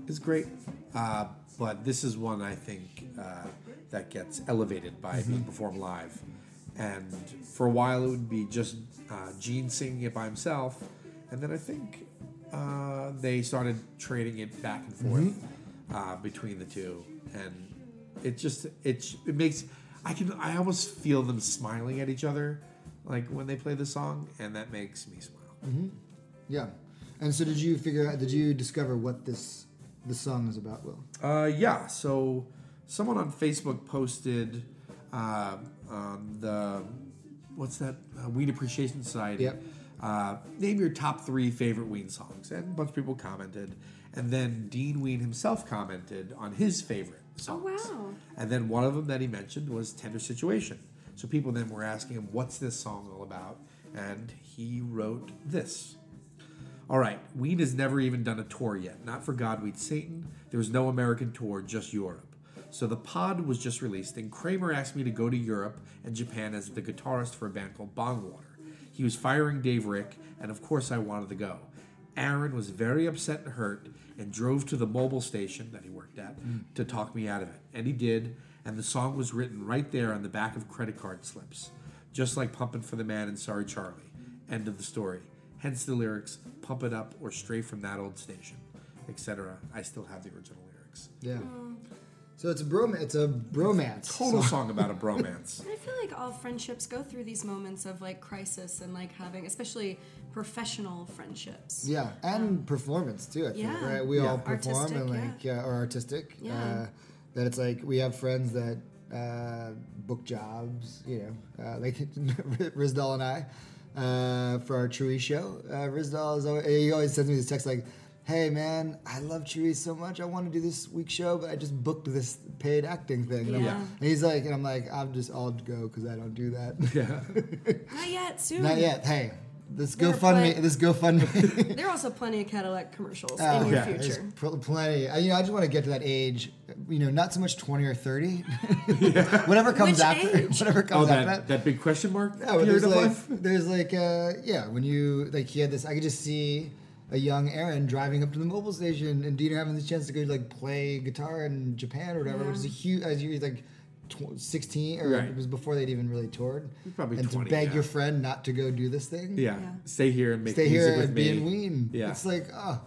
is great, uh, but this is one I think uh, that gets elevated by being performed live. And for a while, it would be just uh, Gene singing it by himself, and then I think uh, they started trading it back and forth uh, between the two, and it just it it makes I can I almost feel them smiling at each other. like when they play the song, and that makes me smile. Yeah. And so did you figure out, did you discover what this the song is about, Will? Uh, yeah. So someone on Facebook posted uh, um, the what's that uh, Ween Appreciation Society. Yep. Uh, name your top three favorite Ween songs, and a bunch of people commented, and then Dean Ween himself commented on his favorite songs. wow. And then one of them that he mentioned was "Tender Situation." So people then were asking him, "What's this song all about?" And he wrote this. All right, Ween has never even done a tour yet. Not for God Weed Satan. There was no American tour, just Europe. So the pod was just released, and Kramer asked me to go to Europe and Japan as the guitarist for a band called Bongwater. He was firing Dave Rick, and of course I wanted to go. Aaron was very upset and hurt and drove to the mobile station that he worked at to talk me out of it. And he did, and the song was written right there on the back of credit card slips, just like Pumpin' for the Man and Sorry Charlie. End of the story. Hence the lyrics, pump it up or stray from that old station, etc. I still have the original lyrics. Yeah. Oh. So it's a brom it's a bromance. Total song about a bromance. I feel like all friendships go through these moments of like crisis and like having, especially professional friendships. Yeah, and performance too. I think Yeah. right. We all Yeah. perform Artistic, and yeah. like yeah, or artistic. Yeah. Uh, that it's like we have friends that uh, book jobs. You know, uh, like Rizdal and I uh, for our Chewy show. Uh, Rizdal is always, he always sends me this text like. Hey man, I love Chewy so much. I want to do this week's show, but I just booked this paid acting thing. And, I'm Yeah. like, and he's like, and I'm like, I'm just, I'll go because I don't do that. yeah. Not yet, soon. Not yet. Hey, this They're GoFundMe, pla- this GoFundMe. There are also plenty of Cadillac commercials Oh, in your yeah, There's future. pl- plenty. I, you know, I just want to get to that age. You know, not so much twenty or thirty. whatever comes Which after, age? whatever Oh, comes after that, that. that big question mark Yeah, but period there's of like, life? there's like, uh, yeah, when you like, he had this. I could just see a young Aaron driving up to the mobile station, and Dina having the chance to go like play guitar in Japan or whatever, Yeah. which is a huge. As you like. tw- 16 or Right. it was before they'd even really toured Probably and to 20, beg yeah. your friend not to go do this thing Yeah. Yeah. Stay here and make stay music here with and me. be in Ween. Yeah. it's like ah,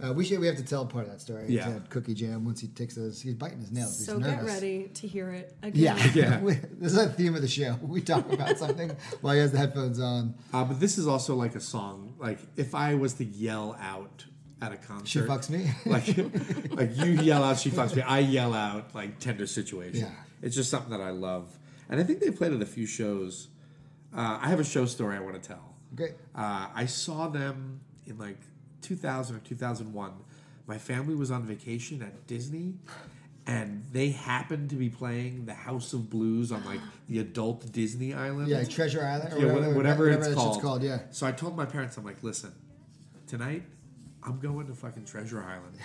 uh, we should we have to tell part of that story. Yeah. to Cookie Jam once he takes those, he's biting his nails. So he's get nervous. ready to hear it Yeah, again. Yeah. We- this is a theme of the show. We talk about something while he has the headphones on. Uh, but this is also like a song. Like if I was to yell out at a concert, She fucks me. Like, like you yell out, she fucks me. I yell out, like tender situation. Yeah. It's just something that I love, and I think they played at a few shows. Uh, I have a show story I want to tell. Great. Uh, I saw them in like 2000 or 2001. My family was on vacation at Disney, and they happened to be playing the House of Blues on like the adult Disney island. Yeah, Treasure Island or Yeah, whatever, whatever, that it's, shit's called. Yeah, So I told my parents, I'm like, listen, tonight I'm going to fucking Treasure Island.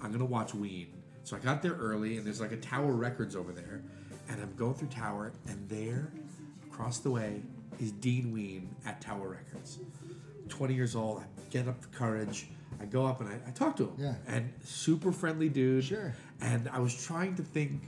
I'm gonna watch Ween. So I got there early, and there's like a Tower Records over there, and I'm going through Tower, and there, across the way, is Dean Ween at Tower Records. 20 years old. I get up the courage. I go up and I, I talk to him. Yeah. And super friendly dude. Sure. And I was trying to think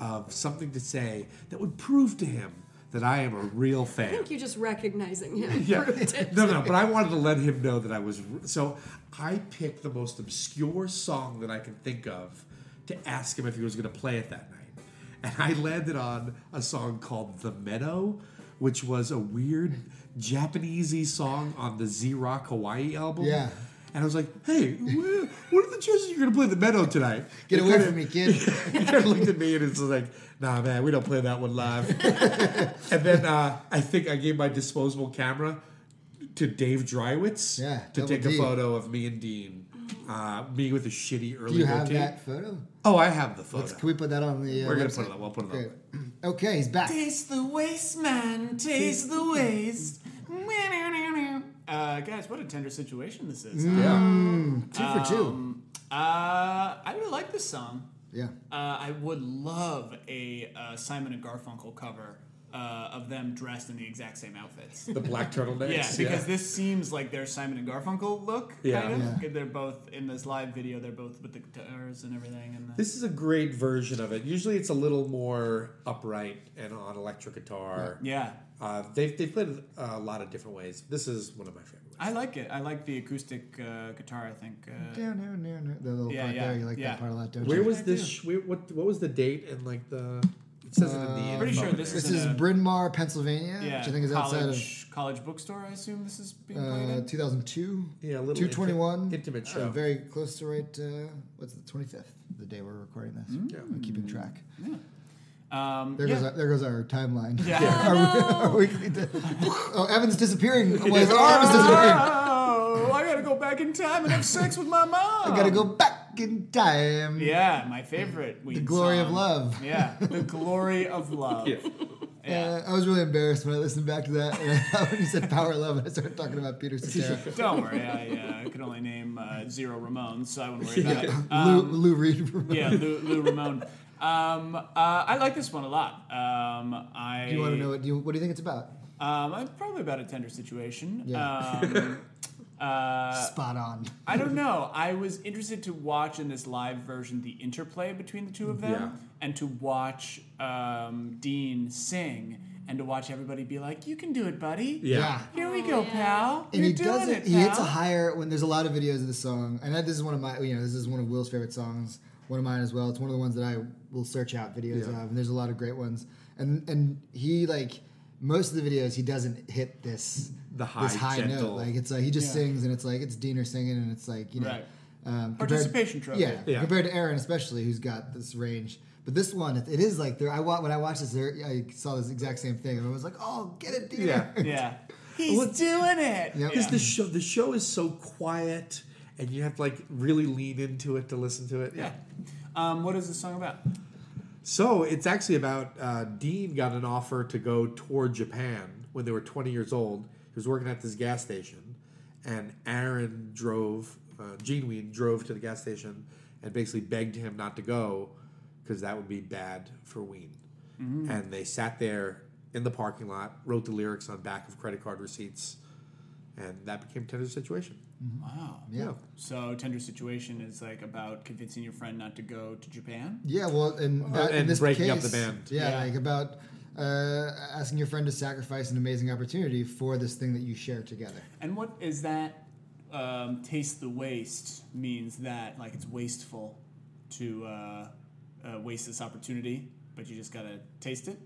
of something to say that would prove to him that I am a real fan. I think you just recognizing him. Yeah. proved it. No, no, but I wanted to let him know that I was. So I picked the most obscure song that I can think of to ask him if he was going to play it that night. And I landed on a song called The Meadow, which was a weird Japanesey song on the Z Rock Hawaii album. Yeah. And I was like, hey, wh- what are the chances you're going to play The Meadow tonight? get He away kinda- from me, kid. he kind of looked at me and it's like, nah, man, we don't play that one live. and then uh, I think I gave my disposable camera to Dave Drywitz Yeah, to Double take D. a photo of me and Dean. Uh, me with a shitty early Do you have routine. that photo? Oh, I have the photo. Can we put that on the? Uh, We're gonna website? put it up. We'll put it up. Great. Okay, he's back. Taste the waste, man. Taste the waste. Uh, guys, what a tender situation this is. huh? Two for two. Um, uh, I really like this song. Yeah. Uh, I would love a uh, Simon and Garfunkel cover uh, of them dressed in the exact same outfits. The black turtleneck. Yeah, because this seems like their Simon and Garfunkel look, Yeah. kind of. Yeah. 'Cause They're both in this live video. They're both with the guitars and everything. And the, This is a great version of it. Usually, it's a little more upright and on electric guitar. yeah, Uh, they've they played it a lot of different ways. This is one of my favorite ways. I like it. I like the acoustic uh, guitar. I think. Uh, No, no, no, no. The little Yeah, part yeah, there, you like yeah. Uh, that part a lot, don't Where you? was this? Where, what what was the date and like the? says it in the. Pretty sure info. this This in is a- Bryn Mawr, Pennsylvania, yeah, which I think is college, outside college bookstore. I assume this is being played of uh, in. 2002. Yeah, a little 221. inti- intimate Uh, show. very close to right. Uh, what's the 25th? The day we're recording this. I'm keeping track. Um, There Mm. yeah. goes our, there goes our timeline. Yeah. our, our weekly di- oh, Evan's disappearing. Oh, his arm Ah. is disappearing. Oh, I gotta go back in time and have sex with my mom. I gotta go back in time. Yeah, my favorite. Ween The glory of song. love. Yeah, the glory of love. Yeah. Yeah. Uh, I was really embarrassed when I listened back to that and when you said Power Love and I started talking about Peter Cetera. Don't worry, I, uh, could only name uh, zero Ramones, so I wouldn't worry about it. Lou, Lou Reed. Um, Yeah, Lou, Lou Ramone. Um, uh, I like this one a lot. Um, I Do you want to know what, do you, what do you think it's about? Um, I'm probably about a tender situation. Yeah. Um, uh, Spot on. I don't know. I was interested to watch in this live version the interplay between the two of them, Yeah. and to watch um, Dean sing, and to watch everybody be like, "You can do it, buddy. Yeah. Here we go, pal. And You're he doing does it. it. He hits a pal." higher when there's a lot of videos of the song, and that, this is one of my, you know, this is one of Will's favorite songs, one of mine as well. It's one of the ones that I will search out videos Yeah. of, and there's a lot of great ones. And and he like most of the videos he doesn't hit this The this high, high note. gentle- Like it's like he just Yeah. sings, and it's like it's Diener singing, and it's like you know, Right. um, compared- Participation trophy. Yeah, Yeah. compared to Aaron, especially, who's got this range. But this one, it, it is like there. I wa- when I watched this, there, I saw this exact same thing, and I was like, "Oh, get it, Diener!" Yeah. Yeah. He's doing it. Yep. Because the show the show is so quiet, and you have to like really lean into it to listen to it. Yeah. Um, what is this song about? So it's actually about uh, Dean got an offer to go tour Japan when they were 20 years old. He was working at this gas station, and Aaron drove, uh, Gene Ween drove to the gas station and basically begged him not to go because that would be bad for Ween. And they sat there in the parking lot, wrote the lyrics on back of credit card receipts, and that became Tender's situation. Wow. yeah. So tender situation is like about convincing your friend not to go to Japan. Yeah, well, and, that, in Uh, and this breaking up case, the band. Yeah, Yeah. like about uh, asking your friend to sacrifice an amazing opportunity for this thing that you share together. And what is that? Um, taste the waste means that like it's wasteful to uh, uh, waste this opportunity, but you just gotta taste it.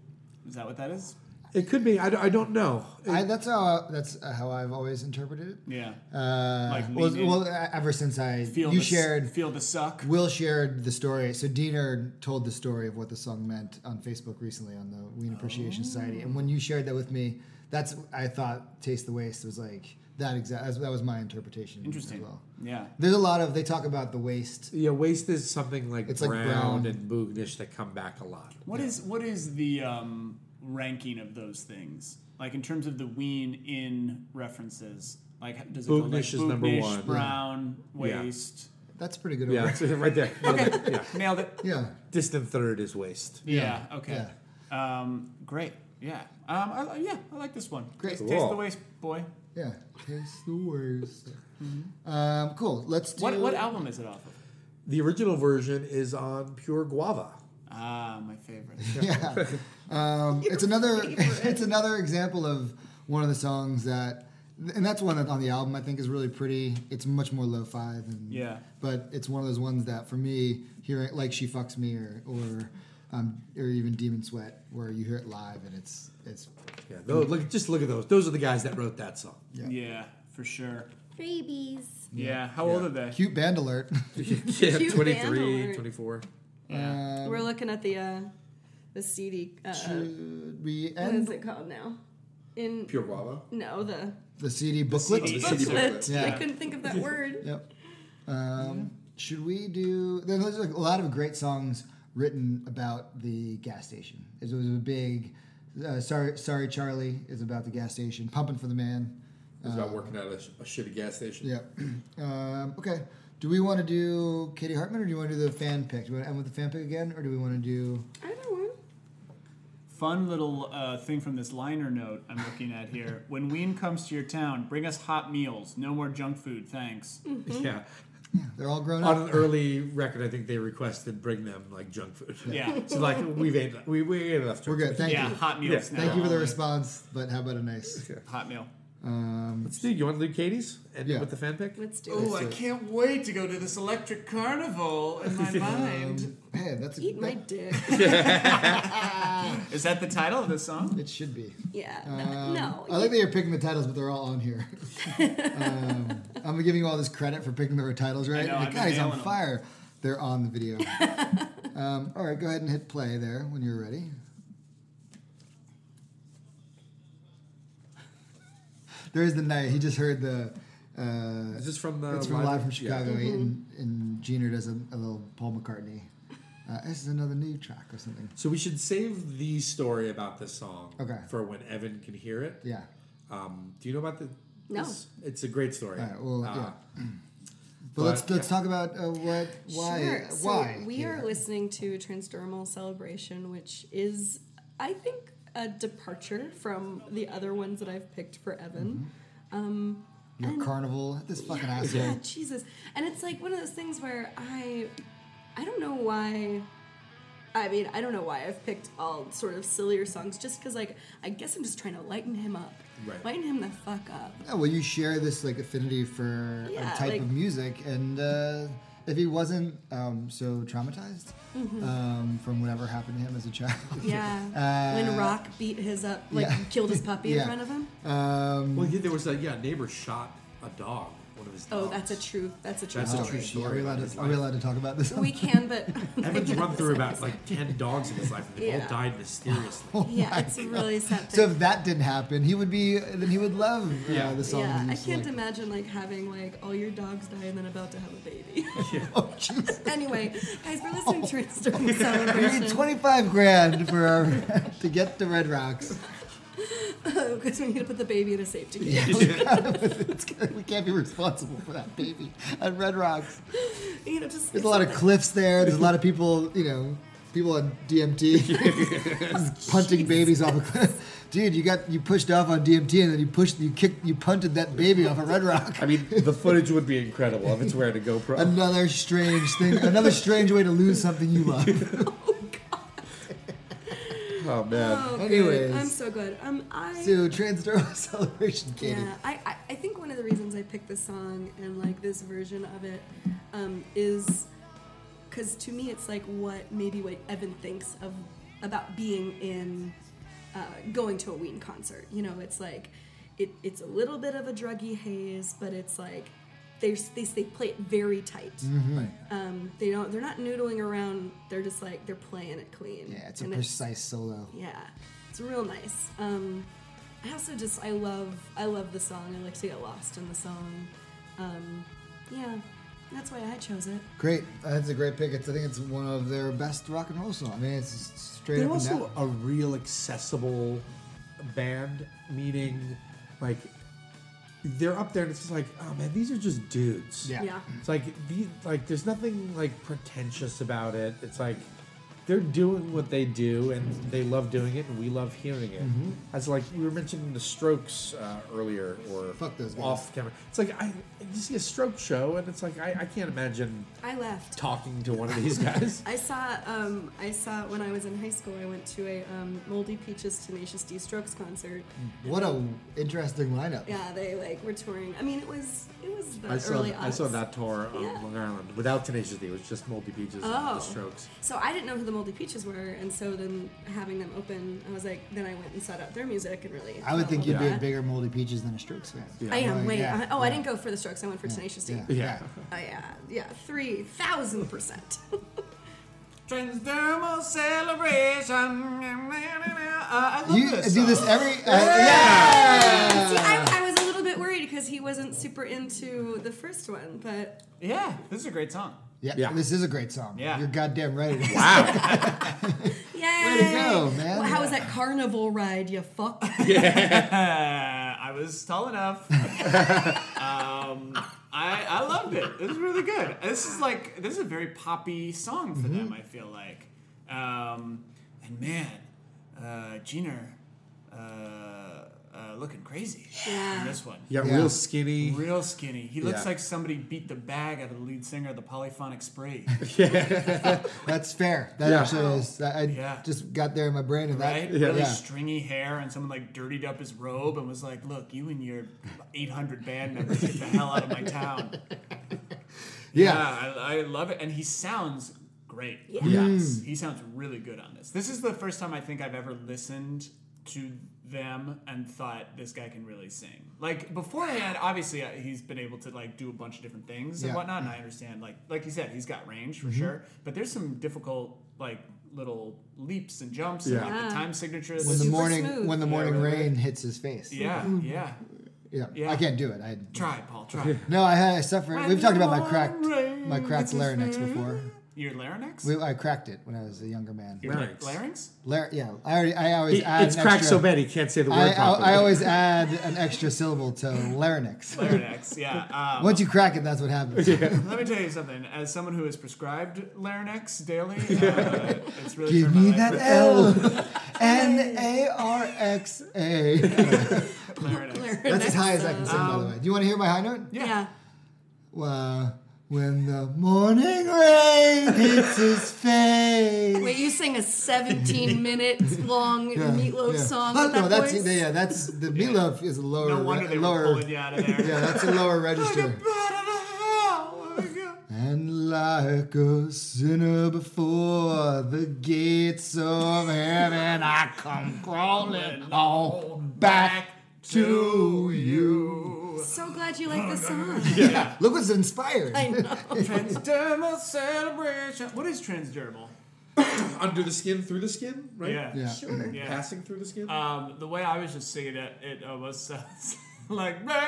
Is that what that is? It could be. I, d- I don't know. I, that's how that's how I've always interpreted it. Yeah. Uh, Like well, lean in. well, uh, ever since I Feel you the, s- shared, Feel the suck. Will shared the story. So Diener told the story of what the song meant on Facebook recently on the Ween Appreciation Society, and when you shared that with me, that's I thought "Taste the Waste" was like that exact. That was my interpretation. Interesting. As well. Yeah. There's a lot of they talk about the waste Yeah, waste is something like It's like brown, brown. and boognish that come back a lot. What is what is the um, ranking of those things? Like in terms of the Ween in references, like does it go like Boognish is number Boognish, one. Brown, Yeah. waste? That's pretty good. Yeah, over- it's right there. yeah. Nailed it. Yeah. Distant third is waste. Yeah. Okay. Um, great. Yeah. Um, I, li- yeah, I like this one. Great. Taste, taste the Cool. waste, boy. Yeah. Taste the worst. Um, cool. Let's do. What what album is it off of? The original version is on pure guava. Ah, my favorite. Yeah. Um, it's another. It's another example of one of the songs that, and that's one that on the album I think is really pretty. It's much more lo-fi than. Yeah. But it's one of those ones that for me, hearing like "She Fucks Me" or or, um, or even "Demon Sweat," where you hear it live and it's it's. Yeah, those, Mm. look, just look at those. Those are the guys that wrote that song. Yeah. yeah, for sure. Babies. Yeah. How old are they? Cute band alert. yeah, Cute 23, band alert. 24. Yeah. Um, We're looking at the uh, the CD. Uh, Should we what end is it called now? In Pure guava. no the the CD booklet? CD. CD booklet. Yeah. I couldn't think of that word. Yep. Um, should we do? There's like a lot of great songs written about the gas station. It was a big. Uh, sorry, sorry, Charlie is about the gas station. Pumping for the man. It's about working at a, sh- a shitty gas station. Uh. Yeah. Um, okay. Do we want to do Katie Hartman or do you want to do the fan pick? Do you want to end with the fan pick again, or do we want to do? Either one. Fun little uh, thing from this liner note I'm looking at here. when Ween comes to your town, bring us hot meals. No more junk food, thanks. Mm-hmm. Yeah. They're all grown On up. an early record, I think they requested bring them like junk food. Yeah. so like we've ate, we, we ate enough. We're junk good. Thank yeah, you. hot meals. Yeah. Now Thank you for the only. response, but how about a nice? hot meal. Um, Let's do. You want to do Katie's? And Yeah. with the fan pick? Let's do Oh, it. I can't wait to go to this electric carnival in my mind. hey, that's a, Eat my that- dick. Is that the title of this song? it should be. Yeah. Um, no. I like that you're picking the titles, but they're all on here. um, I'm giving you all this credit for picking the titles, right? know, Like, I've been God, he's on nailing 'em. fire. They're on the video. um, all right, go ahead and hit play there when you're ready. There's the night. He just heard the. Uh, Is this from the it's from live from yeah. Chicago, and, and Gina does a, a little Paul McCartney. Uh, this is another new track or something. So we should save the story about this song Okay. for when Evan can hear it. Yeah. Um, do you know about the? No. this- It's a great story. All right. Well, Uh, yeah. But, but- let's let's talk about uh, what why Sure. So why we Peter? are listening to Transdermal Celebration, which is, I think, a departure from the other ones that I've picked for Mm-hmm. Evan. your carnival this fucking asshole. Yeah, Jesus. And it's like one of those things where I I don't know why I mean, I don't know why I've picked all sort of sillier songs just cuz like I guess I'm just trying to lighten him up. Right. Lighten him the fuck up. Yeah, well, you share this like affinity for Yeah, a type like- of music, and uh, if he wasn't um, so traumatized Mm-hmm. um, from whatever happened to him as a child, Yeah. Uh, when Rock beat his up like yeah. killed his puppy Yeah. in front of him. um, Well, yeah, there was a yeah neighbor shot a dog. One of his. Oh, dogs. that's a true that's a true That's a story. true story. are we allowed His to, are we life. allowed to talk about this? We can but Evan's run through about like ten dogs in his life, and they Yeah. all died mysteriously. Yeah, it's a really sad so thing. if that didn't happen, he would be then he would love uh, Yeah. the song. yeah, that I he's can't selected. imagine like having like all your dogs die and then about to have a baby. Oh, jeez. anyway, guys, we're listening to Transdermal We need Celebration. 25 grand for our, to get to Red Rocks. Because we need to put the baby in a safety cage. It's gonna- we can't be responsible for that baby at Red Rocks. You know, just There's a lot of cliffs there. There's a lot of people, you know, people on DMT Just punting babies off a cliff. Dude, you got you pushed off on DMT and then you pushed you kicked you punted that baby off a Red Rock. I mean, the footage would be incredible if it's wearing a GoPro. Another strange thing. Another strange way to lose something you love. oh man. Oh, good. Anyways. I'm so good. Um, I So transdermal celebration, Katie. yeah, I, I I think one of the reasons I picked this song and like this version of it, um, is because to me it's like what maybe what Evan thinks of about being in, uh, going to a Ween concert. You know, it's like, it it's a little bit of a druggy haze, but it's like, there's they they play it very tight. Mm-hmm. Um, they don't they're not noodling around. They're just like they're playing it clean. Yeah, it's a And precise solo. Yeah, it's real nice. Um, I also just I love I love the song. I like to get lost in the song. Um, yeah, that's why I chose it. Great. That's a great pick. It's, I think it's one of their best rock and roll songs. I mean, it's straight They're up. and down. also a real accessible band, meaning like they're up there and it's just like, oh man, these are just dudes. Yeah. Yeah, It's like the like there's nothing like pretentious about it. It's like they're doing what they do and they love doing it and we love hearing it. As like we were mentioning the Strokes uh, earlier or Fuck those guys. off camera. It's like I you see a Stroke show and it's like I, I can't imagine I left. talking to one of these guys. I saw um, I saw when I was in high school. I went to a um, Moldy Peaches Tenacious D Strokes concert. What a interesting lineup. Yeah, they like were touring. I mean, it was it was the I saw, early. I saw aughts. that tour on Yeah. Long Island without Tenacious D. It was just Moldy Beaches and Oh. the Strokes. So I didn't know who the Moldy Peaches were, and so then having them open, I was like, then I went and sought out their music and really. I would fell think in you'd love be with a that. bigger Moldy Peaches than a Strokes fan. Yeah. I Oh, am. Wait. yeah, I, oh, I yeah. didn't go for the Strokes. I went for Tenacious D. Yeah. Oh Yeah. yeah, yeah, three thousand percent. Transdermal celebration. Uh, I love You this do this song. every. Uh, yeah. Uh. See, I, I was a little bit worried because he wasn't super into the first one, but Yeah, this is a great song. yeah. Yeah. This is a great song. Yeah. You're goddamn right. it is. yay! go, man. Well, how was that carnival ride? You fuck. Uh, I was tall enough. um, I I loved it. It was really good. This is like this is a very poppy song for them. I feel like, um, and man, uh, Gina uh, uh, looking crazy. Yeah. In this one. He got Yeah. real skinny. Real skinny. He looks Yeah. like somebody beat the bag out of the lead singer of the Polyphonic Spree. That's fair. That Yeah. actually is. I I Yeah. just got there in my brain and Right? that. Really Yeah. stringy hair, and someone like dirtied up his robe and was like, Look, you and your 800 band members get the hell out of my town. Yeah. I, I love it. And he sounds great. Yeah. Yes. He sounds really good on this. This is the first time I think I've ever listened to them and thought this guy can really sing. Like beforehand, obviously uh, he's been able to like do a bunch of different things and Yeah. Mm-hmm. whatnot. And I understand, like like you said, he's got range for sure. But there's some difficult like little leaps and jumps Yeah. and like, Yeah. the time signatures. When the Super morning smooth. when the Yeah, morning right, right. rain hits his face. yeah, yeah. Yeah. Yeah. I can't do it. I Try, Paul. Try. no. I had I suffered. When We've talked the about my cracked morning my cracked hits his larynx face. before. Your larynx. We, I cracked it when I was a younger man. Your Larynx. larynx. Lar- yeah. I already. I always He- add. it's an cracked extra, so bad he can't say the word I, properly. I, I always add an extra syllable to larynx. Larynx. Yeah. Um, Once you crack it, that's what happens. Let me tell you something. As someone who is prescribed Larynx daily, uh, it's really Give turned my me life- that L. N A R X A. Larynx. That's as high as I can sing, by the way. Do you want to hear my high note? Yeah. Yeah. Well, when the morning rain hits his face. Wait, you sang a 17 minute long meatloaf yeah. song. Oh, with that no, that's voice? yeah, that's the meatloaf is a lower, No wonder re- they lower, were pulling you out of there. Oh, yeah, that's a lower Like a register. bat out of the hell. And like a sinner before the gates of heaven, I come crawling on back to you. So glad you like this Oh, song. Yeah. Look what's inspired. I know. Transdermal celebration. What is transdermal? under the skin, through the skin, right? Yeah. Yeah. Sure. Yeah. Passing through the skin. Um, the way I was just singing it, it almost sounds like. No, it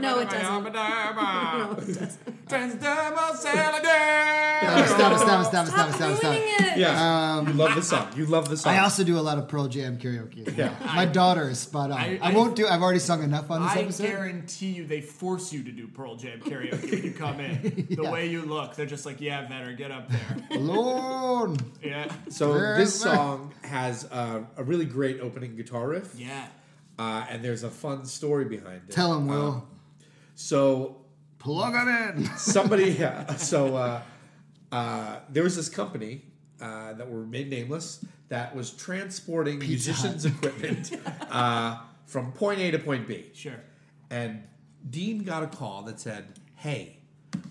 No, it doesn't. Transdermal celebration. Stop it, stop it, stop it, stop it, stop it, Stop stop it, stop ruining it. it. yeah. you love the song. You love the song. Um, I also do a lot of Pearl Jam karaoke. Yeah. My daughter is spot on. I, I- I- won't do. I've already sung enough on this I episode. guarantee you they force you to do Pearl Jam karaoke when you come in. The way you look, they're just like, yeah, vetter, get up there. Alone. Yeah. So Very this nice. song has uh, a really great opening guitar riff, Yeah. uh, and there's a fun story behind it. Tell him, Will. Um, so Plug it in. somebody, yeah, so uh, uh, there was this company uh, that were made nameless that was transporting musicians' equipment uh, from point A to point B. Sure. And Dean got a call that said, Hey,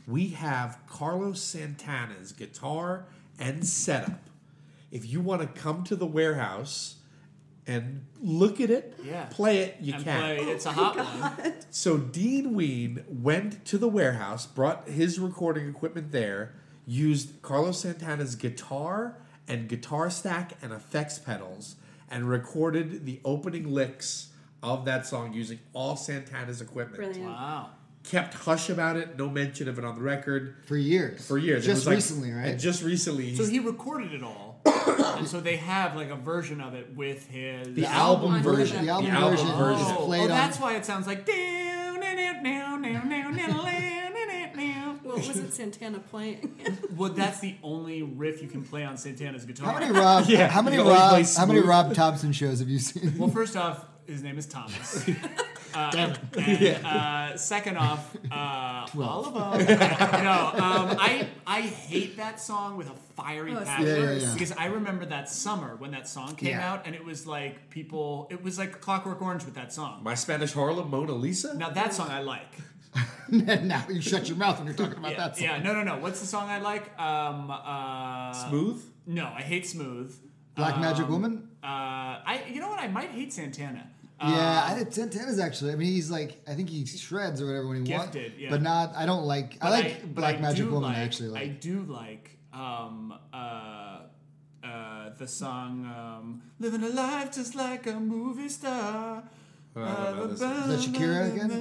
we have Carlos Santana's guitar and setup. If you want to come to the warehouse and look at it, Yeah. play it, you And can. play It's Oh a Hot One. So Dean Ween went to the warehouse, brought his recording equipment there, used Carlos Santana's guitar and guitar stack and effects pedals, and recorded the opening licks of that song using all Santana's equipment. Brilliant. Wow. Kept hush about it, no mention of it on the record For years. for years. it Just was like- recently, right? and just recently, So he's- he recorded it all. and so they have like a version of it with his. the album album version, version. the album the album version version. is Oh, played well, on. that's why it sounds like. well, Well, wasn't Santana playing? that's the only riff you can play on Santana's guitar. how many Rob? Yeah, how many you always Rob? play How many smooth. Rob Thompson shows have you seen? Well, first off, his name is Thomas. Uh, Damn it. And, uh, second off, uh, all of them. no, um, I I hate that song with a fiery Oh, it's the passion worst. Yeah, yeah, yeah. because I remember that summer when that song came Yeah. out, and it was like people. It was like Clockwork Orange with that song. My Spanish Harlem Mona Lisa. Now that song I like. now you shut your mouth when you're talking about Yeah, that. Song. yeah, no, no, no. What's the song I like? Um, uh, Smooth. No, I hate Smooth. Black Um, Magic Woman. Uh, I you know what? I might hate Santana. Yeah, Um, I, Ten Ten is actually. I mean, he's like. I think he shreds or whatever when he wants. Gifted, yeah. But not. I don't like. I like Uh, but Black I Magic do Woman. like- I actually like. I do like um, uh, uh, the song um, "Living a Life Just Like a Movie Star." Oh, I don't know this one. uh, Is that Shakira again?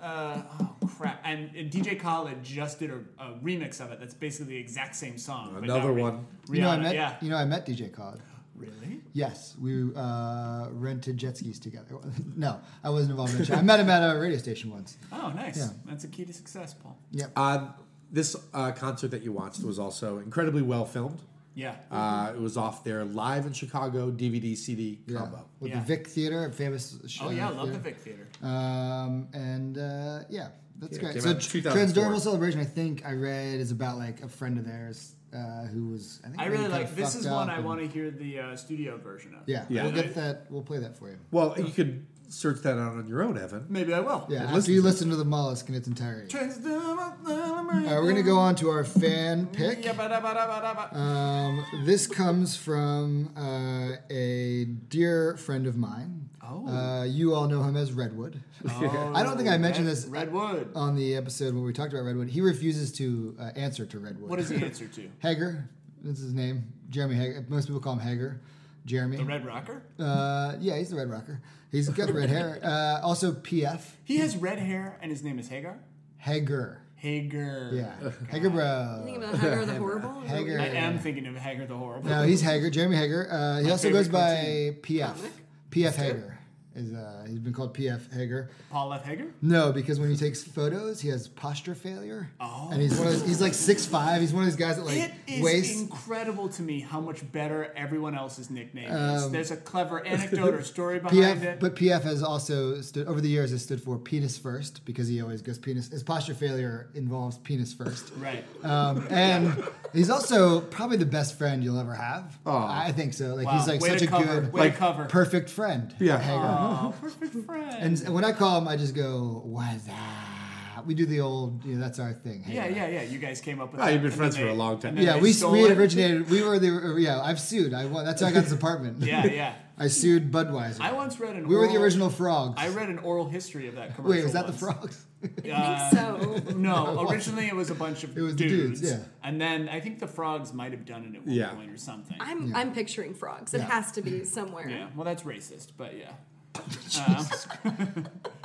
Uh, oh crap! And, and DJ Khaled just did a, a remix of it. That's basically the exact same song. but not Another re- one. Rihanna, you know, I met. yeah. You know, I met DJ Khaled. Really? Yes, we uh, rented jet skis together. No, I wasn't involved in that. I met him at a radio station once. Oh, nice. Yeah. That's a key to success, Paul. Yep. Uh, this uh, concert that you watched was also incredibly well filmed. Yeah. Uh, it was off their live in Chicago DVD CD combo. with Yeah. the Vic Theater, a famous show. oh yeah, I love the Vic Theater. Um, and uh, yeah, that's Yeah, great. came So out in tr- 2004. Transdermal Celebration, I think I read is about like a friend of theirs uh, who was. I, think I really really kinda like this. fucked Is one up I and- want to hear the uh, studio version of. Yeah, Yeah. we'll get that. We'll play that for you. Well, you could search that out on your own, Evan. Maybe I will. Yeah, after listen you to listen to the mollusk in its entirety. All right, Transdermal- we're gonna go on to our fan pick. Yabba-dabba-dabba-dabba. Um, this comes from uh, a dear friend of mine. Oh. Uh, you all know him as Redwood. I don't think I mentioned this Uh, Redwood. on the episode when we talked about Redwood. He refuses to uh, answer to Redwood. What is the answer to? Hager? That's his name. Jeremy Hager. Most people call him Hager. Jeremy. The Red Rocker? uh, yeah, he's the Red Rocker. He's got the red hair. Uh, also, PF. He has red hair and his name is Hagar? Hager. Hager. Yeah. Hager, bro. Thinking about Hagar the Horrible. Is that Uh, Hagar. weird? I am thinking of Hagar the Horrible. No, he's Hager. Jeremy Hager. Uh, he also goes favorite by PF. PF Hager. Is, uh, he's been called PF Hager. Paul F. Hager? No, because when he takes photos, he has posture failure. Oh. And he's one of those, he's like six five. He's one of those guys that like It is waist. incredible to me how much better everyone else's nickname Um, is. There's a clever anecdote or story behind PF, it. but PF has also stood over the years has stood for penis first because he always goes penis. His posture failure involves penis first, right. um, and he's also probably the best friend you'll ever have. I think so. Like Wow. he's like Way such to a cover. good, Way to like cover. perfect friend. Yeah. Hager. oh, perfect friend. And when I call him, I just go, "What's that?" We do the old, you know, that's our thing. yeah, Hager. yeah, yeah. You guys came up with Ah, that. you've been and friends then for they- a long time. and then Yeah, they we, stole we it. had originated. We were the uh, yeah. I've sued. I won. That's how I got this apartment. Yeah, yeah. I sued Budweiser. I once read an we were oral, the original frogs. I read an oral history of that commercial. Wait, was that the once. Uh, frogs? Uh, I think so. No, originally it was a bunch of It was the dudes, dudes, yeah. And then I think the frogs might have done it at one Yeah. point or something. I'm I'm picturing frogs. It Yeah. has to be somewhere. yeah. Well, that's racist, but yeah. Um,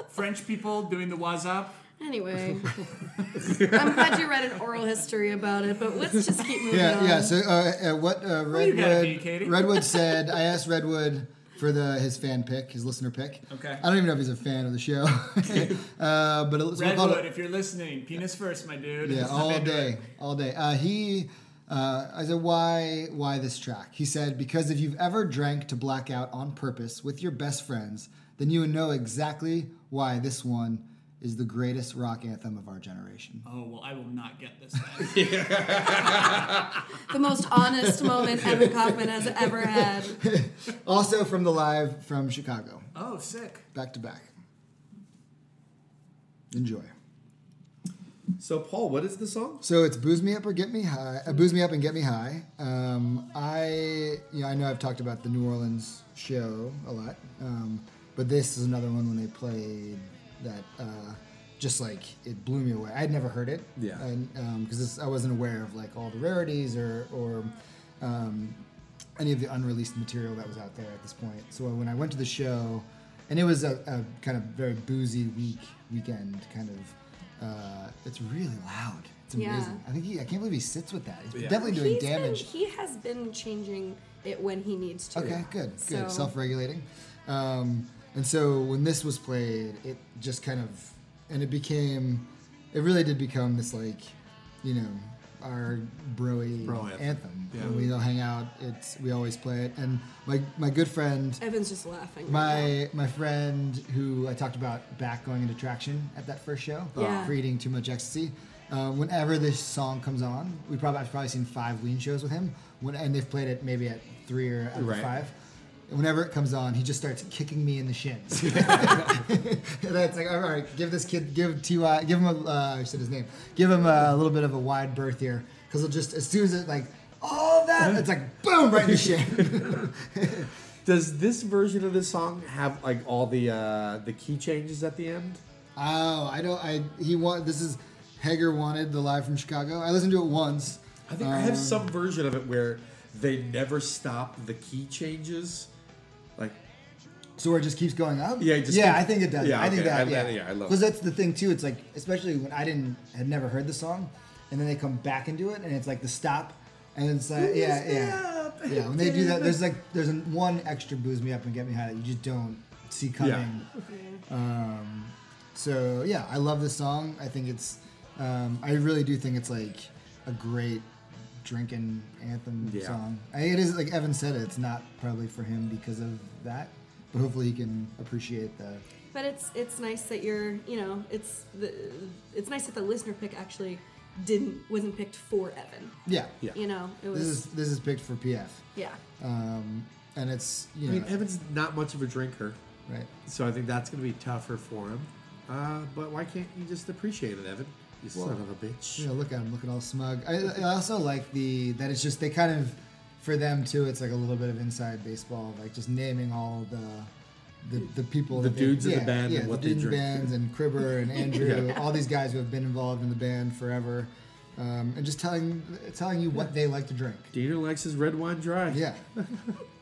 French people doing the was up. Anyway, I'm glad you read an oral history about it, but let's just keep moving Yeah, on. yeah. So uh, uh, what uh, you gotta be, Redwood Katie? Redwood said? I asked Redwood for the his fan pick, his listener pick. Okay. I don't even know if he's a fan of the show, uh, but it's Redwood, if you're listening, penis first, my dude. Yeah, This is all Amanda. day, all day. Uh, he, uh, I said, why, why this track? He said, because if you've ever drank to blackout on purpose with your best friends, then you would know exactly why this one is the greatest rock anthem of our generation. Oh well, I will not get this. then. The most honest moment Evan Kaufman has ever had. Also from the live from Chicago, oh, sick. back to back. Enjoy. So, Paul, what is the song? So it's booze me up or get me high. Uh, booze me up and get me high. Um, I, you know, I know I've talked about the New Orleans show a lot, um, but this is another one when they played that. Uh, just like it blew me away. I'd never heard it. Yeah. And because I wasn't aware of like all the rarities or or um, any of the unreleased material that was out there at this point. So when I went to the show, and it was a, a kind of very boozy week weekend kind of. Uh, it's really loud. It's Yeah. amazing. I think he, I can't believe he sits with that. He's Yeah. definitely doing He's been- damage. he has been changing it when he needs to. Okay, good, good. So- Self-regulating. Um, and so when this was played, it just kind of, and it became, it really did become this like, you know, our broy Bro anthem. anthem. Yeah. When we all hang out, it's we always play it. And my my good friend, Evan's just laughing. right my my friend who I talked about back going into traction at that first show Yeah. for eating too much ecstasy. Uh, whenever this song comes on, we probably I've probably seen five Ween shows with him. When and they've played it maybe at three or at Right. five. And Whenever it comes on, he just starts kicking me in the shins. That's like, all right, give this kid, give Ty, give him a, uh, I said his name, give him a, little bit of a wide berth here, because it'll just as soon as it like all that, it's like boom right in the shin. Does this version of this song have like all the uh, the key changes at the end? Oh, I don't. I he want this is Hager wanted the live from Chicago. I listened to it once. I think I Um, have some version of it where they never stop the key changes. Like, So where it just keeps going up. Yeah, it just yeah. keeps- I think it does. Yeah, I think okay. that. I- yeah, that- yeah, I love Because it. that's the thing too. It's like especially when I didn't had never heard the song, and then they come back into it, and it's like the stop, and it's like yeah, yeah, yeah. When they do that, there's like there's an- one extra booze me up and get me high that you just don't see coming. Um, so yeah, I love this song. I think it's, um, I really do think it's like a great drinking anthem Yeah. song. I, it is like Evan said, it's not probably for him because of that, but hopefully he can appreciate the. But it's it's nice that you're you know it's the it's nice that the listener pick actually didn't wasn't picked for Evan. Yeah, Yeah. You know it This is was this is picked for PF, yeah. um, and it's you I know mean, Evan's not much of a drinker, right. so I think that's going to be tougher for him. Uh, but why can't you just appreciate it, Evan? You son of a bitch. Yeah, look at him looking all smug. I, I also like the that it's just they kind of for them too. It's like a little bit of inside baseball, like just naming all the the, the people, The that they- dudes of the band yeah, and what the they dudes of drink. bands and Cribber and Andrew, all these guys who have been involved in the band forever, um, and just telling telling you what they like to drink. Dieter likes his red wine dry. Yeah,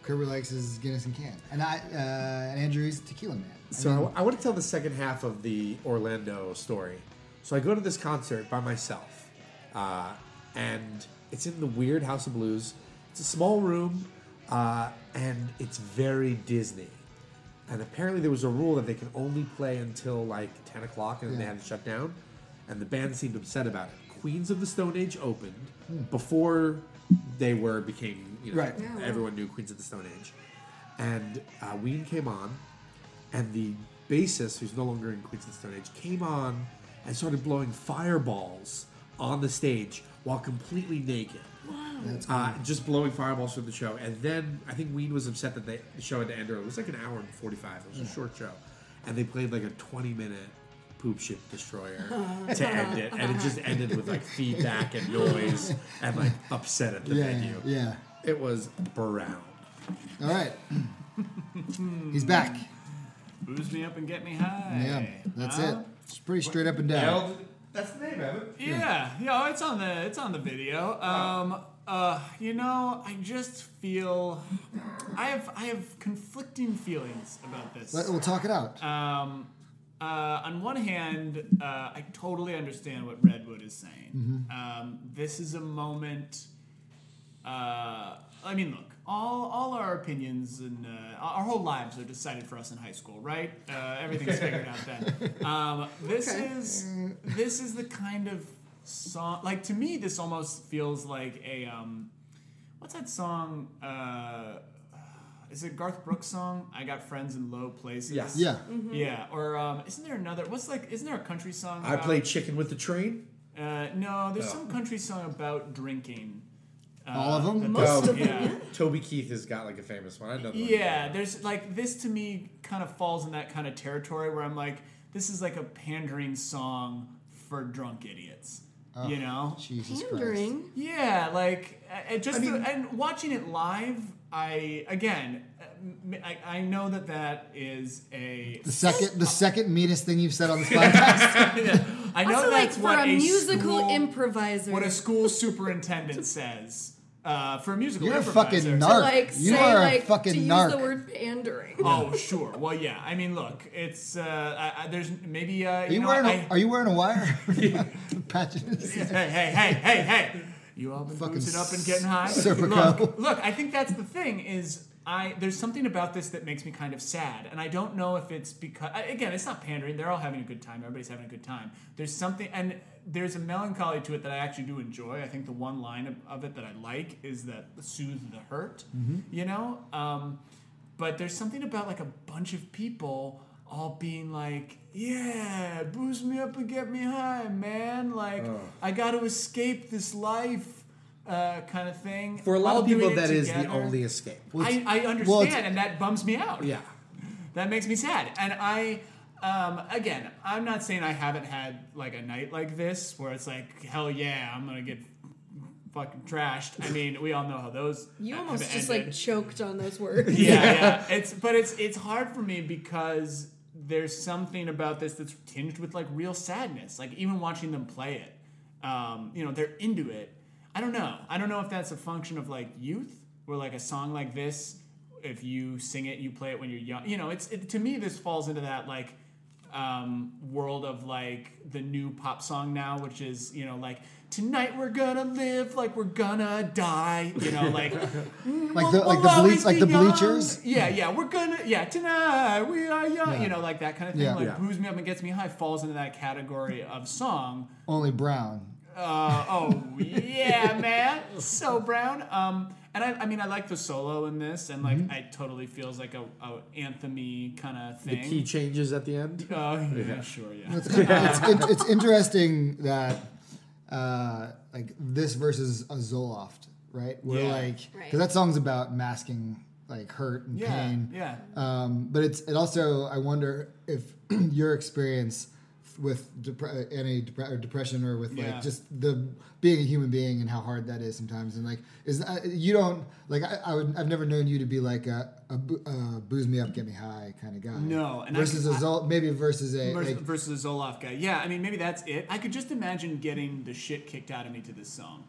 Cribber likes his Guinness and can, and I uh, and Andrew's tequila man. I So I, want to tell the second half of the Orlando story. So I go to this concert by myself, uh, and it's in the Weird House of Blues. It's a small room, uh, and it's very Disney. And apparently there was a rule that they can only play until like 10 o'clock, and then they Yeah. had to shut down. And the band seemed upset about it. Queens of the Stone Age opened before they were became you know Right. Yeah, wow. everyone knew Queens of the Stone Age, and uh, Ween came on, and the bassist, who's no longer in Queens of the Stone Age, came on and started blowing fireballs on the stage while completely naked. That's Uh, just blowing fireballs through the show, and then I think Ween was upset that they, the show had to end early. It was like an hour and forty-five. It was a short show, and they played like a twenty-minute poop ship destroyer to end it, and it just ended with like feedback and noise and like upset at the yeah, venue. yeah. It was brown. All right, he's back. Booze me up and get me high. Yeah, that's Huh? it. It's pretty straight up and down. That's the name of it. Yeah, yeah, oh, it's on the it's on the video. Um, uh, you know, I just feel I have I have conflicting feelings about this. Let- We'll talk it out. Um, uh, on one hand, uh, I totally understand what Redwood is saying. Um, this is a moment. Uh, I mean, look, all, all our opinions and uh, our whole lives are decided for us in high school, right? Uh, everything's figured out then. Um, this Okay. is this is the kind of song. Like to me, this almost feels like a um, what's that song? Uh, is it Garth Brooks song? I got friends in low places. Yes. yeah. Mm-hmm. Yeah, or um, isn't there another? What's like? Isn't there a country song? I about- play chicken with the train. Uh, no, there's Oh. some country song about drinking. Uh, All of them? that- Oh, Most of them, yeah. yeah. Toby Keith has got like a famous one. I know. the one. Yeah, there's like this to me kind of falls in that kind of territory where I'm like, this is like a pandering song for drunk idiots. you know? Jesus Christ. Pandering. Yeah, like I- I just I mean- the- and watching it live, I again, uh, I, I know that that is a The second, the second meanest thing you've said on this podcast. I know Also, like that's for what a musical school- improviser. what a school superintendent says uh, for a musical You're a improviser. fucking to narc. like You say are a like fucking to narc. use the word pandering. Oh sure, well yeah. I mean, look, it's uh, I, I, there's maybe uh, Are you, you know, wearing? a I- are you wearing a wire? Patches. hey, hey, hey, hey, hey. You all been Fucking boozing up and getting high? Serpico. Look, look, I think that's the thing is I there's something about this that makes me kind of sad, and I don't know if it's because I- again, it's not pandering. They're all having a good time. Everybody's having a good time. There's something and there's a melancholy to it that I actually do enjoy. I think the one line of, of it that I like is that soothe the hurt. You know, um, but there's something about like a bunch of people all being like, yeah, boost me up and get me high, man. Like, I got to escape this life uh, kind of thing. For a lot All of doing people, it that is the together. only escape. I, I understand, well, it's- and that bums me out. Yeah. That makes me sad. And I, um, again, I'm not saying I haven't had like a night like this where it's like, hell yeah, I'm going to get fucking trashed. I mean, we all know how those. You have almost just ended like choked on those words. yeah, yeah. It's but it's it's hard for me because there's something about this that's tinged with like real sadness. Like even watching them play it, um, you know, they're into it. I don't know. I don't know if that's a function of like youth, where like a song like this, if you sing it, you play it when you're young. You know, it's it, to me this falls into that like um, world of like the new pop song now, which is you know like tonight we're gonna live like we're gonna die. You know, like Like we'll- the like we'll the always ble- like be the young. bleachers. Yeah, yeah, we're gonna yeah tonight we are young. Yeah. You know, like that kind of thing. Yeah. Like Yeah. who's me up and gets me high falls into that category of song. Only Brown. Uh, oh yeah, man, so brown. Um, and I, I mean, I like the solo in this, and Mm-hmm. like, it totally feels like a, a anthemy kind of The thing. key changes at the end. Oh yeah, sure, yeah. It's, it's, it's, it's interesting that uh, like this versus a Zoloft, right? We're Yeah. like Right. because that song's about masking like hurt and Yeah, pain. yeah. Um, but it's it also I wonder if your experience with depre- any depre- or depression or with Yeah. like just the being a human being and how hard that is sometimes and like is uh, you don't like I, I would I've never known you to be like a, a, bo- uh booze me up get me high kind of guy No, and I- versus a I- Zol- maybe versus a Vers- like, versus the Zoloft guy. Yeah, I mean, maybe that's it. I could just imagine getting the shit kicked out of me to this song.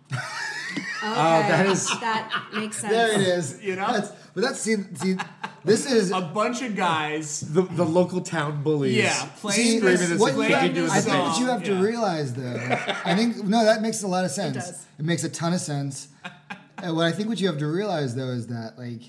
Okay. that is- that makes sense. There it is. You know? That's, but that's see, see this is A bunch of guys. The, the local town bullies. Yeah, playing see, Screaming this, is what a you playing kid have, can do this with I the think what song. you have to Yeah. realize though. I think no, that makes a lot of sense. does. It makes a ton of sense. and what I think what you have to realize though is that like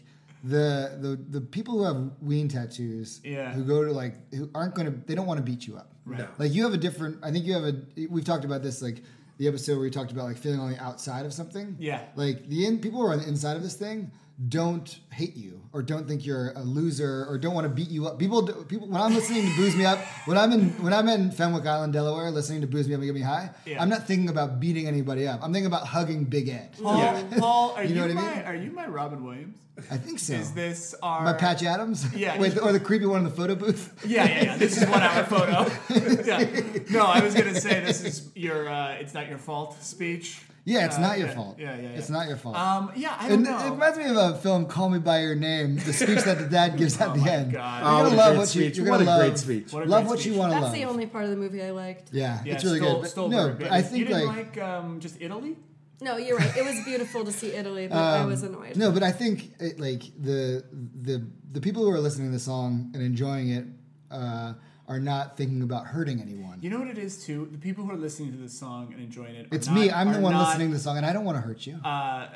the the the people who have ween tattoos Yeah. who go to like who aren't going to they don't want to beat you up. No. Like you have a different. I think you have a. We've talked about this like the episode where we talked about like feeling on the outside of something. Yeah. Like the in, people who are on the inside of this thing don't hate you or don't think you're a loser or don't want to beat you up. People, do- people. When I'm listening to Booze Me Up, when I'm in when I'm in Fenwick Island, Delaware, listening to Booze Me Up and Get Me High, Yeah. I'm not thinking about beating anybody up. I'm thinking about hugging Big Ed. Paul, Paul, are you, You know what my I mean? are you my Robin Williams? I think so. Is this our By Patch Adams, Yeah. With- or the creepy one in the photo booth. Yeah, yeah, yeah. This is one hour photo. yeah. No, I was gonna say this is your. Uh, it's not your fault speech. Yeah, it's Uh, not your yeah, fault. Yeah, yeah, yeah. It's not your fault. Um, yeah, I don't And know. it reminds me of a film, Call Me by Your Name. The speech that the dad gives at Oh the my end. God. You're Oh, gonna what a love great what you. speech. You're What gonna a great love- speech. What a love great what you speech. want to That's love. the only part of the movie I liked. yeah, yeah, it's really stole, good. But stole no, Bird but Baby. I think you didn't like, like, um, just Italy. No, you're right. It was beautiful to see Italy, but I was annoyed. Um, no, but I think it, like the the the people who are listening to the song and enjoying it uh, are not thinking about hurting anyone. You know what it is too. The people who are listening to this song and enjoying it. Are it's not, me. I'm the are one not, listening to the song, and I don't want to hurt you. Uh,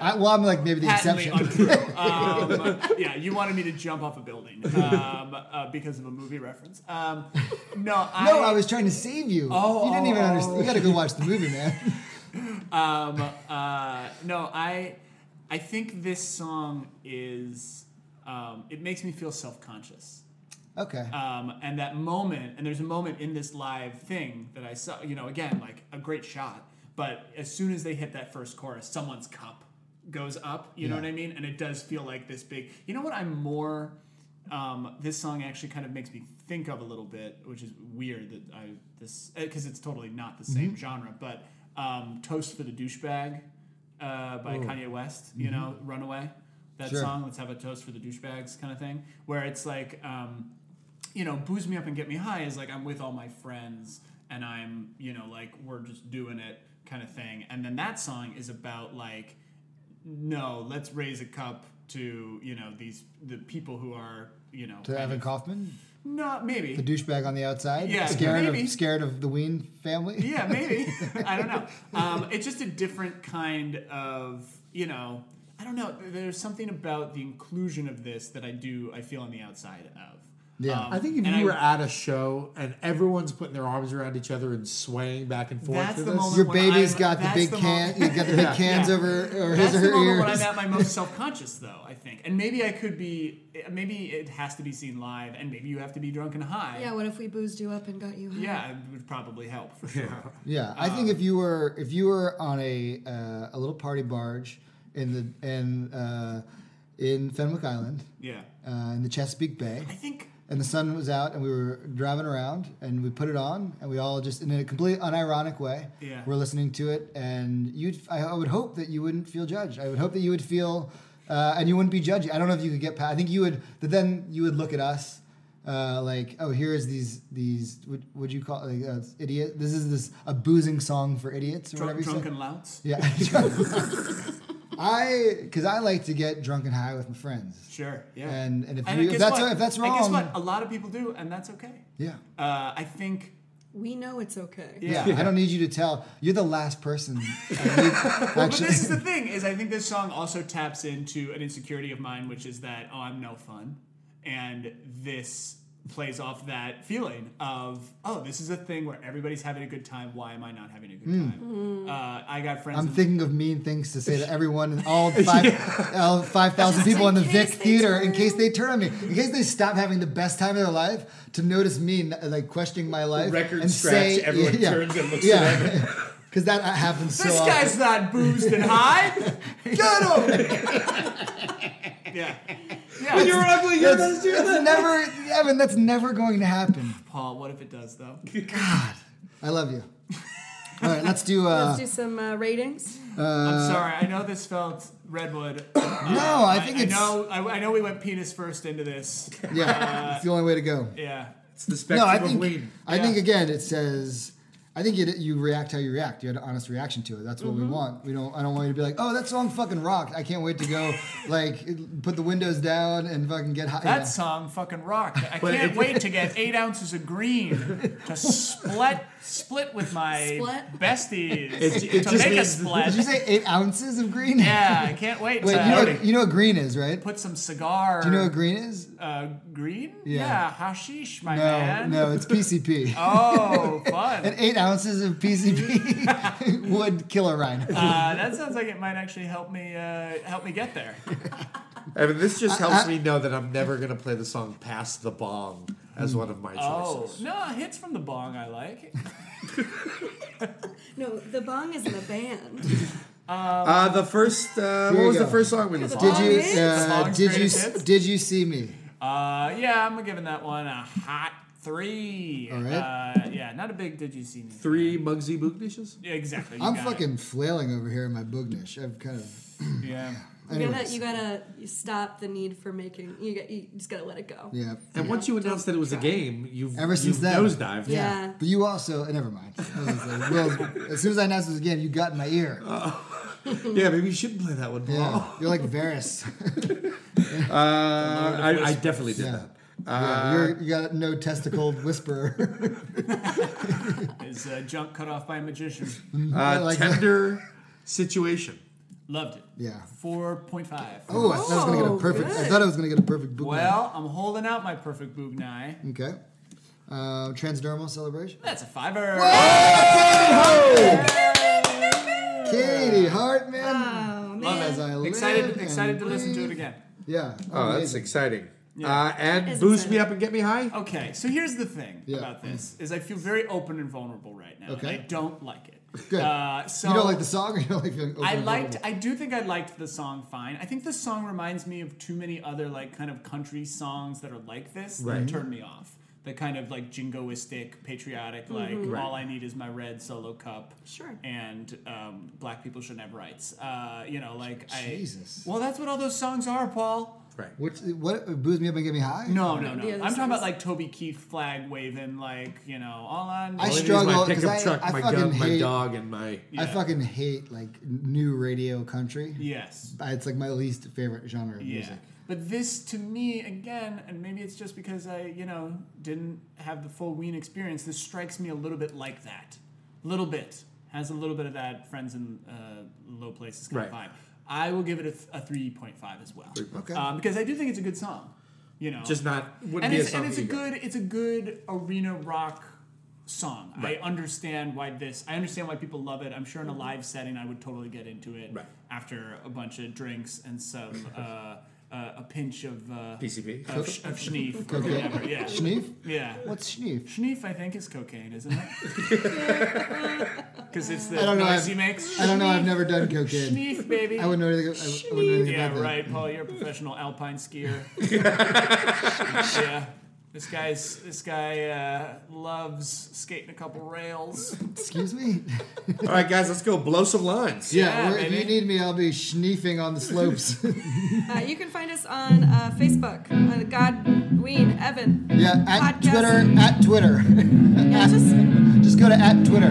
I, well, I'm like maybe the patently exception. untrue. Um, yeah, you wanted me to jump off a building um, uh, because of a movie reference. Um, no, I, no, I was trying to save you. Oh, you didn't even oh, understand. You got to go watch the movie, man. Um, uh, no, I, I think this song is. Um, it makes me feel self-conscious. Okay. Um, and that moment, and there's a moment in this live thing that I saw, you know, again, like a great shot, but as soon as they hit that first chorus, someone's cup goes up, you know Yeah. what I mean? And it does feel like this big, you know what I'm more, um, this song actually kind of makes me think of a little bit, which is weird that I, this, because it's totally not the Mm-hmm. same genre, but um, Toast for the Douchebag uh, by Kanye West, you know, Runaway. That Mm-hmm. Sure. song, let's have a toast for the douchebags, kind of thing, where it's like, um, you know, booze me up and get me high is like I'm with all my friends and I'm, you know, like we're just doing it kind of thing. And then that song is about like, no, let's raise a cup to, you know, these the people who are, you know, to Evan Kaufman, not maybe. the douchebag on the outside, Yeah, scared maybe. of scared of the Ween family. Yeah, maybe. I don't know. Um, it's just a different kind of, you know, I don't know. There's something about the inclusion of this that I do, I feel on the outside of. Um, Yeah. I think if and you I- were at a show and everyone's putting their arms around each other and swaying back and forth, That's to the this, moment Your when baby's I'm- got the that's big the can. moment- You got the big cans Yeah. over or That's his or her the moment when ears. I'm at my most self-conscious, though. I think, and maybe I could be. Maybe it has to be seen live, and maybe you have to be drunk and high. Yeah, what if we boozed you up and got you high? yeah, it would probably help for sure. Yeah, I think if you were if you were on a uh, a little party barge in the in uh, in Fenwick Island Yeah, uh, in the Chesapeake Bay, I think. and the sun was out, and we were driving around, and we put it on, and we all just in a complete unironic way, Yeah. we're listening to it, and you, I, I would hope that you wouldn't feel judged. I would hope that you would feel, uh, and you wouldn't be judged. I don't know if you could get past. I think you would. But then you would look at us. Uh, like oh here is these these what would you call like uh, idiot this is this a boozing song for idiots or Drunk, whatever you drunken said louts. yeah I because I like to get drunk and high with my friends Sure. Yeah. And- and if I you- if guess that's- what? if that's I guess wrong- what a lot of people do, and that's okay. yeah Uh, I think. We know it's okay. Yeah, I don't need you to tell. You're the last person. I need- But actually, this is the thing: is I think this song also taps into an insecurity of mine, which is that oh, I'm no fun, and this plays off that feeling of oh this is a thing where everybody's having a good time why am i not having a good time uh, i got friends Hmm. I'm in- thinking of mean things to say to everyone, all five, all five thousand Just people in in the case Vic they Theater, in turn. case they turn on me, in case they stop having the best time of their life, to notice me n- like questioning my life, Record and scratch, say, everyone yeah, turns and looks at him. yeah, because that uh, happens so this often. guy's not boozed and high get him yeah yeah You're ugly, you're That's, not doing that's that. never, Evan. That's never going to happen. paul what if it does though Uh, I love you. All right, let's do. Uh, Let's do some uh, ratings. i'm sorry i know this felt redwood no, I think I, it's know I, I know we went penis first into this yeah. It's the only way to go. yeah It's the spectrum No, I of think weed. I think again it says I think it, you react how you react. You had an honest reaction to it. That's what we Mm-hmm. want. We don't. I don't want you to be like, oh, that song fucking rocked. I can't wait to go like put the windows down and fucking get high. That Yeah. song fucking rocked. I But can't it- wait to get eight ounces of green to split split with my Split? besties It- it to just make a means- Did you split. say eight ounces of green? Yeah, I can't wait. Wait, to you know, what, you know what green is, right? put some cigar. Do you know what green is? uh, green? Yeah. hashish, my No, man. no, it's PCP. Oh, fun. And eight ounces of PCP would kill a rhino. Uh, that sounds like it might actually help me uh, help me get there. Evan, this just helps me know that I'm never gonna play the song "Pass the Bong" as one of my Oh choices. no, hits from the bong I like. No, the bong is in a band. Uh, the first, Here uh, what you was the go. first song we listened Did to? you? Uh, Song's did you? greatest hits. Did you see me? Uh, yeah, I'm giving that one a hot three. All right. Uh, yeah, not a big. Did you see me? Three Mugsy Boog dishes. Yeah, exactly. you I'm got fucking flailing over here in my boognish. I've kind of. It. Yeah. You gotta, Anyways. you gotta stop the need for making. You, got, you just gotta let it go. Yeah. And once you announced that it was a game, you've Ever since you've then. nosedived. Yeah. But you also, oh, never mind. I was gonna say, Will, as soon as I announced this again, you got in my ear. Oh. Yeah, maybe you shouldn't play that one, Paul. Yeah. You're like Varys. Uh, I, I definitely did Yeah. that. Uh, Yeah, you're, you got no testicled whisperer. Is uh, junk cut off by a magician? Uh, Mm-hmm. like that. tender situation. Loved it. Yeah. Four point five. Oh, I thought I was gonna get a Oh, perfect. I good. thought I was gonna get a perfect book. Well, I'm holding out my perfect boognai. now. Okay. Um, transdermal celebration. That's a fiver. Katie Hartman. Oh man, As I live Excited, and excited to listen to it breathe. again. Yeah. Oh, that's amazing. exciting. Uh, and It's boost exciting. me up and get me high. Okay, so here's the thing Yeah. about this: is I feel very open and vulnerable right now. Okay. And I don't like it. Good. Uh, so you don't like the song, or you don't like feeling open I and liked. vulnerable? I do think I liked the song fine. I think the song reminds me of too many other like kind of country songs that are like this Right. that turn me off. The kind of like jingoistic, patriotic, like all I need is my red solo cup. Mm-hmm. Sure. And um, black people shouldn't have rights. Uh, you know, like I. Jesus. Well, that's what all those songs are, Paul. Oh, Right. Which what booze me up and get me high? No, no, no. The I'm other talking about songs. like Toby Keith flag waving, like you know, all I need. I All I need is struggle, My 'cause pickup I- truck, I my fucking gun, my hate- dog, and my. I Yeah. fucking hate like new radio country. yes. It's like my least favorite genre of Yeah. music. But this to me again, and maybe it's just because I, you know, didn't have the full Ween experience. This strikes me a little bit like that, little bit has a little bit of that friends in uh, low places kind Right. of vibe. I will give it a, th- a three point five as well, Okay. um, because I do think it's a good song. You know, Just not. Wouldn't and be it's, a song and it's that a you go. good it's a good arena rock song. I understand why this. I understand why people love it. I'm sure in Mm-hmm. a live setting, I would totally get into it Right. after a bunch of drinks and some uh, uh, a pinch of uh, PCP. of, sh- of schneef or Cocaine? whatever. Yeah, Schneef? yeah. What's schneef? Schneef, I think, is cocaine, isn't it? Because it's the I don't know, noise I've- he makes. I don't know. I've never done cocaine. Schneef, baby. I wouldn't know anything, I wouldn't know anything Yeah, about that. right, Paul. You're a professional alpine skier. yeah, this guy's this guy uh, loves skating a couple rails. Excuse me? All right, guys, let's go blow some lines. Yeah, well, if baby. you need me, I'll be schneefing on the slopes. Uh, you can find us on uh, Facebook, on God Ween Evan. yeah, at Podcast. Twitter, at Twitter. Yeah, just Just go to at Twitter.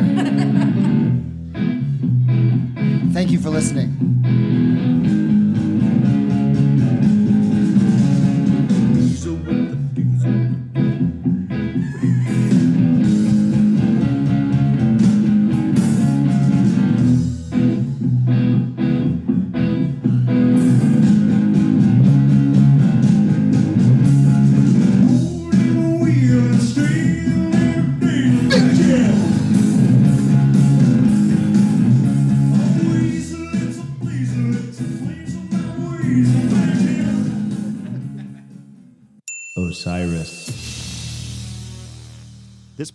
Thank you for listening. Diesel with the diesel. Ooh, Osiris. This